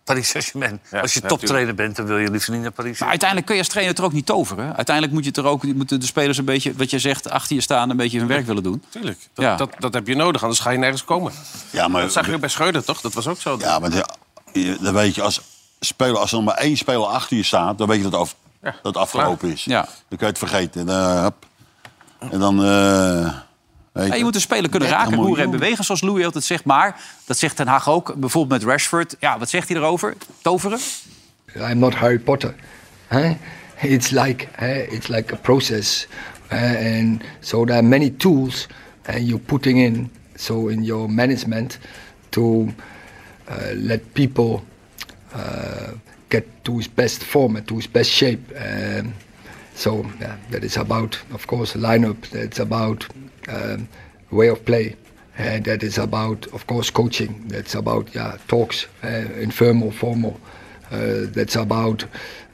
Speaker 4: Paris Saint-Germain. Als je
Speaker 2: ja,
Speaker 4: toptrainer bent, dan wil je liever niet naar Paris
Speaker 2: Maar uiteindelijk kun je als trainer er ook niet toveren. hè? Uiteindelijk moet je het er ook, moeten de spelers een beetje, wat jij zegt, achter je staan, een beetje hun werk willen doen.
Speaker 5: Tuurlijk. Dat,
Speaker 2: Ja.
Speaker 5: dat, dat heb je nodig, anders ga je nergens komen.
Speaker 3: Ja, maar-
Speaker 5: Dat zag je ook bij Schreuder, toch? Dat was ook zo.
Speaker 3: Ja, maar de- je- dan weet je, als, speler, als er maar één speler achter je staat, dan weet je dat, af, dat het afgelopen is. Dan kun je het vergeten. En, eh, hop. en dan... eh, weet
Speaker 2: Ja, je moet een speler kunnen
Speaker 3: 30
Speaker 2: raken, roeren en
Speaker 3: miljoen.
Speaker 2: bewegen, zoals Louis altijd zegt. Maar, dat zegt Ten Haag ook, bijvoorbeeld met Rashford. Ja, wat zegt hij erover? Toveren?
Speaker 20: I'm not Harry Potter. Huh? It's like eh, it's like a process, uh, and so there are many tools uh, you're putting in. So in your management, to uh, let people uh, get to his best form and to his best shape. Um, so yeah, that is about, of course, a lineup. That's about um, way of play. Uh, that is about, of course, coaching. That's about yeah, talks, uh, informal, formal. Uh, that's about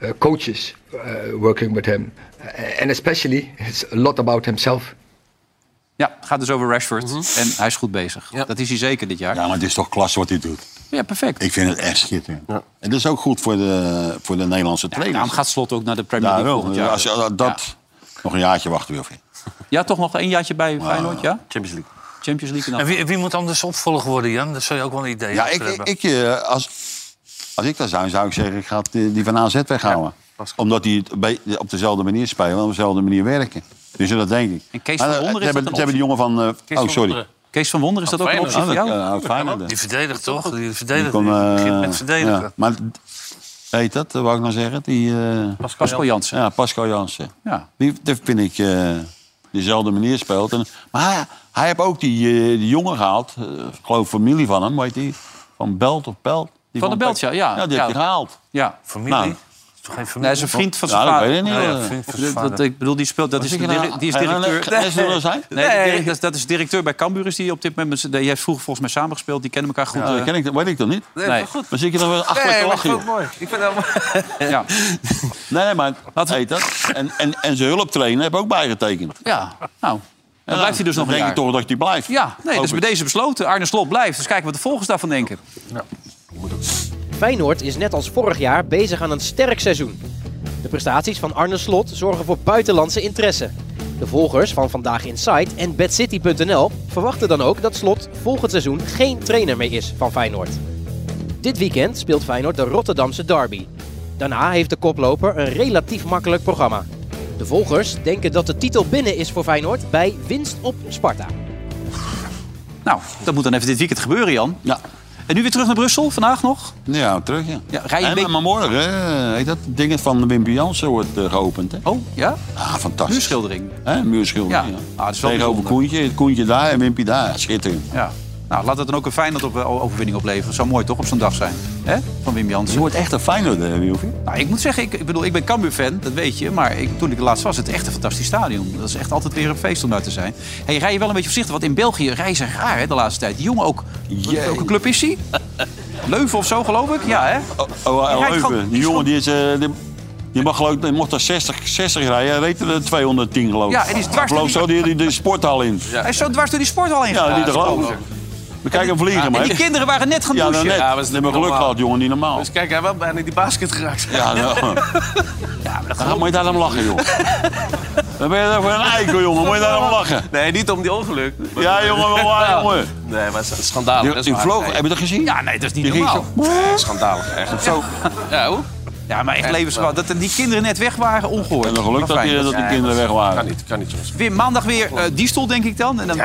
Speaker 20: uh, coaches uh, working with him, Uh, and especially it's a lot about himself.
Speaker 2: Ja, het gaat dus over Rashford. En hij is goed bezig. Dat is hij zeker dit jaar.
Speaker 3: Mhm. Ja, maar het is toch klasse wat hij doet.
Speaker 2: Ja, perfect.
Speaker 3: Ik vind het echt schitterend. En dat is ook goed voor de, voor de Nederlandse trainers.
Speaker 2: daarom gaat Slot ook naar de Premier League
Speaker 3: Daarom.
Speaker 2: volgend jaar.
Speaker 3: Als je als dat nog een jaartje wachten wil.
Speaker 2: Ja, toch nog een jaartje bij Feyenoord, ja?
Speaker 3: Champions League.
Speaker 2: Champions League en
Speaker 4: En
Speaker 2: dan.
Speaker 4: wie, wie moet anders opvolger worden, Jan? Dat zou je ook wel een idee
Speaker 3: Ja,
Speaker 4: over
Speaker 3: ik, ik,
Speaker 4: hebben.
Speaker 3: ik, eh, als, als ik daar zou, zou ik zeggen, ik ga eh, die die van AZ weghalen. Omdat die het be- op dezelfde manier spelen en op dezelfde manier werken. Dus dat denk ik.
Speaker 2: En Kees
Speaker 3: Maar
Speaker 2: van
Speaker 3: dat-
Speaker 2: Wonderen
Speaker 3: ze
Speaker 2: is
Speaker 3: hebben,
Speaker 2: dat
Speaker 3: ze
Speaker 2: een
Speaker 3: hebben die jongen van... eh, oh, sorry. Nou, eh,
Speaker 2: Kees van Wonder, is dat ook een optie voor jou?
Speaker 4: eh, Die verdedigt toch? Die
Speaker 3: Die
Speaker 4: verdedigt.
Speaker 3: kon,
Speaker 4: Die begint
Speaker 3: eh,
Speaker 4: met verdedigen.
Speaker 3: ja, maar heet dat, eh, wou ik nou zeggen? Die, eh,
Speaker 2: Pascal Jansen.
Speaker 3: Ja, Pascal Jansen.
Speaker 2: Ja.
Speaker 3: Die, dat vind ik eh, dezelfde manier speelt. En, maar hij, hij heeft ook die, eh, die jongen gehaald. eh, ik geloof familie van hem, weet die? Van Belt of Pelt. Die
Speaker 2: Van de Belt, ja, ja.
Speaker 3: die
Speaker 2: Ja.
Speaker 3: heb je gehaald.
Speaker 4: [LAUGHS]
Speaker 2: Ja.
Speaker 3: Familie? Nou,
Speaker 4: toch geen
Speaker 2: Nee, hij
Speaker 4: familie?
Speaker 2: is een vriend van
Speaker 4: Ja,
Speaker 2: zijn vader.
Speaker 4: dat weet ik niet.
Speaker 2: Oh Ja,
Speaker 4: hoor.
Speaker 2: vriend van zijn vader. Dat, ik bedoel, die speelt. Dat
Speaker 4: Wat
Speaker 2: is,
Speaker 4: zeg
Speaker 2: de
Speaker 4: je
Speaker 2: dir-
Speaker 4: nou?
Speaker 2: die is
Speaker 4: Hij wil-
Speaker 2: directeur.
Speaker 4: hij wil er zijn?
Speaker 2: Nee,
Speaker 4: Nee.
Speaker 2: die dir- dat, dat is directeur bij Cambuur is die op dit moment. Jij heeft vroeger volgens mij samengespeeld. Die kennen elkaar goed. eh.
Speaker 3: Ja, dat ken ik, dat weet ik toch niet?
Speaker 2: Nee, maar goed.
Speaker 3: Maar zit je nog wel achterlijk
Speaker 2: Nee,
Speaker 3: te
Speaker 2: maar
Speaker 3: lachen?
Speaker 2: goed,
Speaker 3: joh?
Speaker 8: Mooi. Ik vind dat...
Speaker 2: Ja.
Speaker 3: Nee, nee, maar wat heet dat? En, en, en zijn hulptrainer heb ik ook bijgetekend.
Speaker 2: Ja, nou. Dan
Speaker 3: Ja,
Speaker 2: blijft hij dus
Speaker 3: dan
Speaker 2: nog
Speaker 3: denk
Speaker 2: een jaar.
Speaker 3: ik toch dat hij blijft.
Speaker 2: Ja, nee, dat is bij deze besloten. Arne Slot blijft. Dus kijken wat de volgers daarvan denken.
Speaker 21: Feyenoord is net als vorig jaar bezig aan een sterk seizoen. De prestaties van Arne Slot zorgen voor buitenlandse interesse. De volgers van Vandaag Insight en BadCity.nl verwachten dan ook dat Slot volgend seizoen geen trainer meer is van Feyenoord. Dit weekend speelt Feyenoord de Rotterdamse derby. Daarna heeft de koploper een relatief makkelijk programma. De volgers denken dat de titel binnen is voor Feyenoord bij winst op Sparta.
Speaker 2: Nou, dat moet dan even dit weekend gebeuren, Jan.
Speaker 3: Ja.
Speaker 2: En nu weer terug naar Brussel, vandaag nog?
Speaker 3: Ja, terug, ja.
Speaker 2: Dus- rij je
Speaker 3: en,
Speaker 2: een beetje-
Speaker 3: Maar morgen, hè, heet dat ding van Wim Jansen wordt eh, geopend. Hè?
Speaker 2: Oh, ja?
Speaker 3: Ah, fantastisch.
Speaker 2: Muurschildering.
Speaker 3: Hè, muurschildering, ja.
Speaker 2: Ah, dat is wel
Speaker 3: Tegenover
Speaker 2: bijzonder.
Speaker 3: Koentje, het Koentje daar en Wimpy daar. Schitterend.
Speaker 2: Ja. Nou, laat het dan ook een Feyenoord op, overwinning opleveren. Zou mooi toch op zo'n dag zijn, hè? Van Wim Jansen. Je
Speaker 3: wordt echt een eh, Feyenoord, hè,
Speaker 2: Nou, ik moet zeggen, ik, ik bedoel, ik ben Cambuur-fan, dat weet je. Maar ik, toen ik er laatst was, het echt een fantastisch stadion. Dat is echt altijd weer een feest om daar te zijn. hey, rij je wel een beetje voorzichtig, want in België reizen raar, hè, de laatste tijd. Die jongen ook. Welke club
Speaker 3: [LAUGHS]
Speaker 2: is hij? Leuven of zo, geloof ik? Ja, hè?
Speaker 3: Oh,
Speaker 2: Die
Speaker 3: oh,
Speaker 2: rijdt
Speaker 3: Leuven.
Speaker 2: gewoon-
Speaker 3: die jongen die is... eh, die, die mag geloof ik, die mocht er 60, 60 rijden. Hij reed er 210 geloof ik.
Speaker 2: Ja, en die is dwars
Speaker 3: Hij vloog
Speaker 2: door
Speaker 3: zo die, die, die sporthal in.
Speaker 2: Hij is zo dwars door die sporthal heen
Speaker 3: Ja,
Speaker 2: gegaan.
Speaker 3: niet te geloven. We kijken hem vliegen,
Speaker 2: En
Speaker 3: maar.
Speaker 2: die kinderen waren net gaan
Speaker 3: Ja, nou
Speaker 2: douchen.
Speaker 3: net.
Speaker 2: Ja,
Speaker 3: Ja, we hebben geluk gehad, jongen, niet normaal.
Speaker 2: [LAUGHS]
Speaker 5: Dus kijk, hij wel bijna die basket geraakt.
Speaker 3: Oh.
Speaker 5: [LAUGHS]
Speaker 3: Ja, nou. Dan moet je daar om lachen, joh. Dan ben je daar voor een eikel, jongen. Moet je daar om lachen.
Speaker 5: Nee, niet om die ongeluk.
Speaker 3: Ja, jongen, wel waar, jongen.
Speaker 5: Nee, maar het is schandalig.
Speaker 3: Die-
Speaker 5: dat is
Speaker 3: die
Speaker 5: waar.
Speaker 3: vloog,
Speaker 5: Nee.
Speaker 3: heb je dat gezien?
Speaker 2: Ja, nee, dat is niet
Speaker 5: Die ging
Speaker 2: normaal.
Speaker 5: zo- Schandalig, echt.
Speaker 2: Zo.
Speaker 5: Ja, hoe?
Speaker 2: Ja, maar echt levensgevaarlijk. Dat er die kinderen net weg waren, ongehoord.
Speaker 3: En een geluk
Speaker 2: Maar
Speaker 3: dat
Speaker 2: fijn,
Speaker 3: die, dat die kinderen weg waren.
Speaker 5: Kan niet, kan niet, jongens.
Speaker 2: Wim, maandag weer eh Diestel, denk ik dan. En dan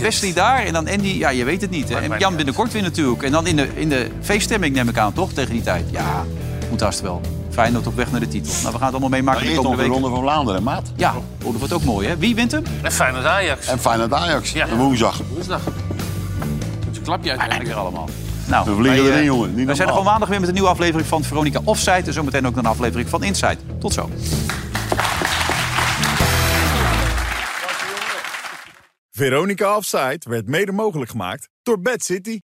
Speaker 2: Wesley daar. En dan Andy, ja, je weet het niet. Hè? En Jan binnenkort weer natuurlijk. En dan in de, in de feeststemming, neem ik aan, toch? Tegen die tijd. Ja, moet haast wel. Feyenoord op weg naar de titel. Nou, we gaan het allemaal meemaken de
Speaker 3: Eerst nog
Speaker 2: komende
Speaker 3: de
Speaker 2: week.
Speaker 3: Ronde van Vlaanderen, maat.
Speaker 2: Ja, oh, dat wordt ook mooi, hè? Wie wint hem?
Speaker 4: En Feyenoord Ajax.
Speaker 3: En Feyenoord Ajax,
Speaker 4: Ja.
Speaker 3: woensdag.
Speaker 5: Woensdag. Moet je klapje
Speaker 3: Ah,
Speaker 5: uit lekker allemaal.
Speaker 2: Nou,
Speaker 3: We vliegen
Speaker 2: wij, eh,
Speaker 3: erin, jongen. Niet
Speaker 2: we zijn er
Speaker 3: normaal.
Speaker 2: gewoon maandag weer met een nieuwe aflevering van Veronica Offside. En zometeen ook een aflevering van Inside. Tot zo.
Speaker 1: Veronica Offside werd mede mogelijk gemaakt door Bad City.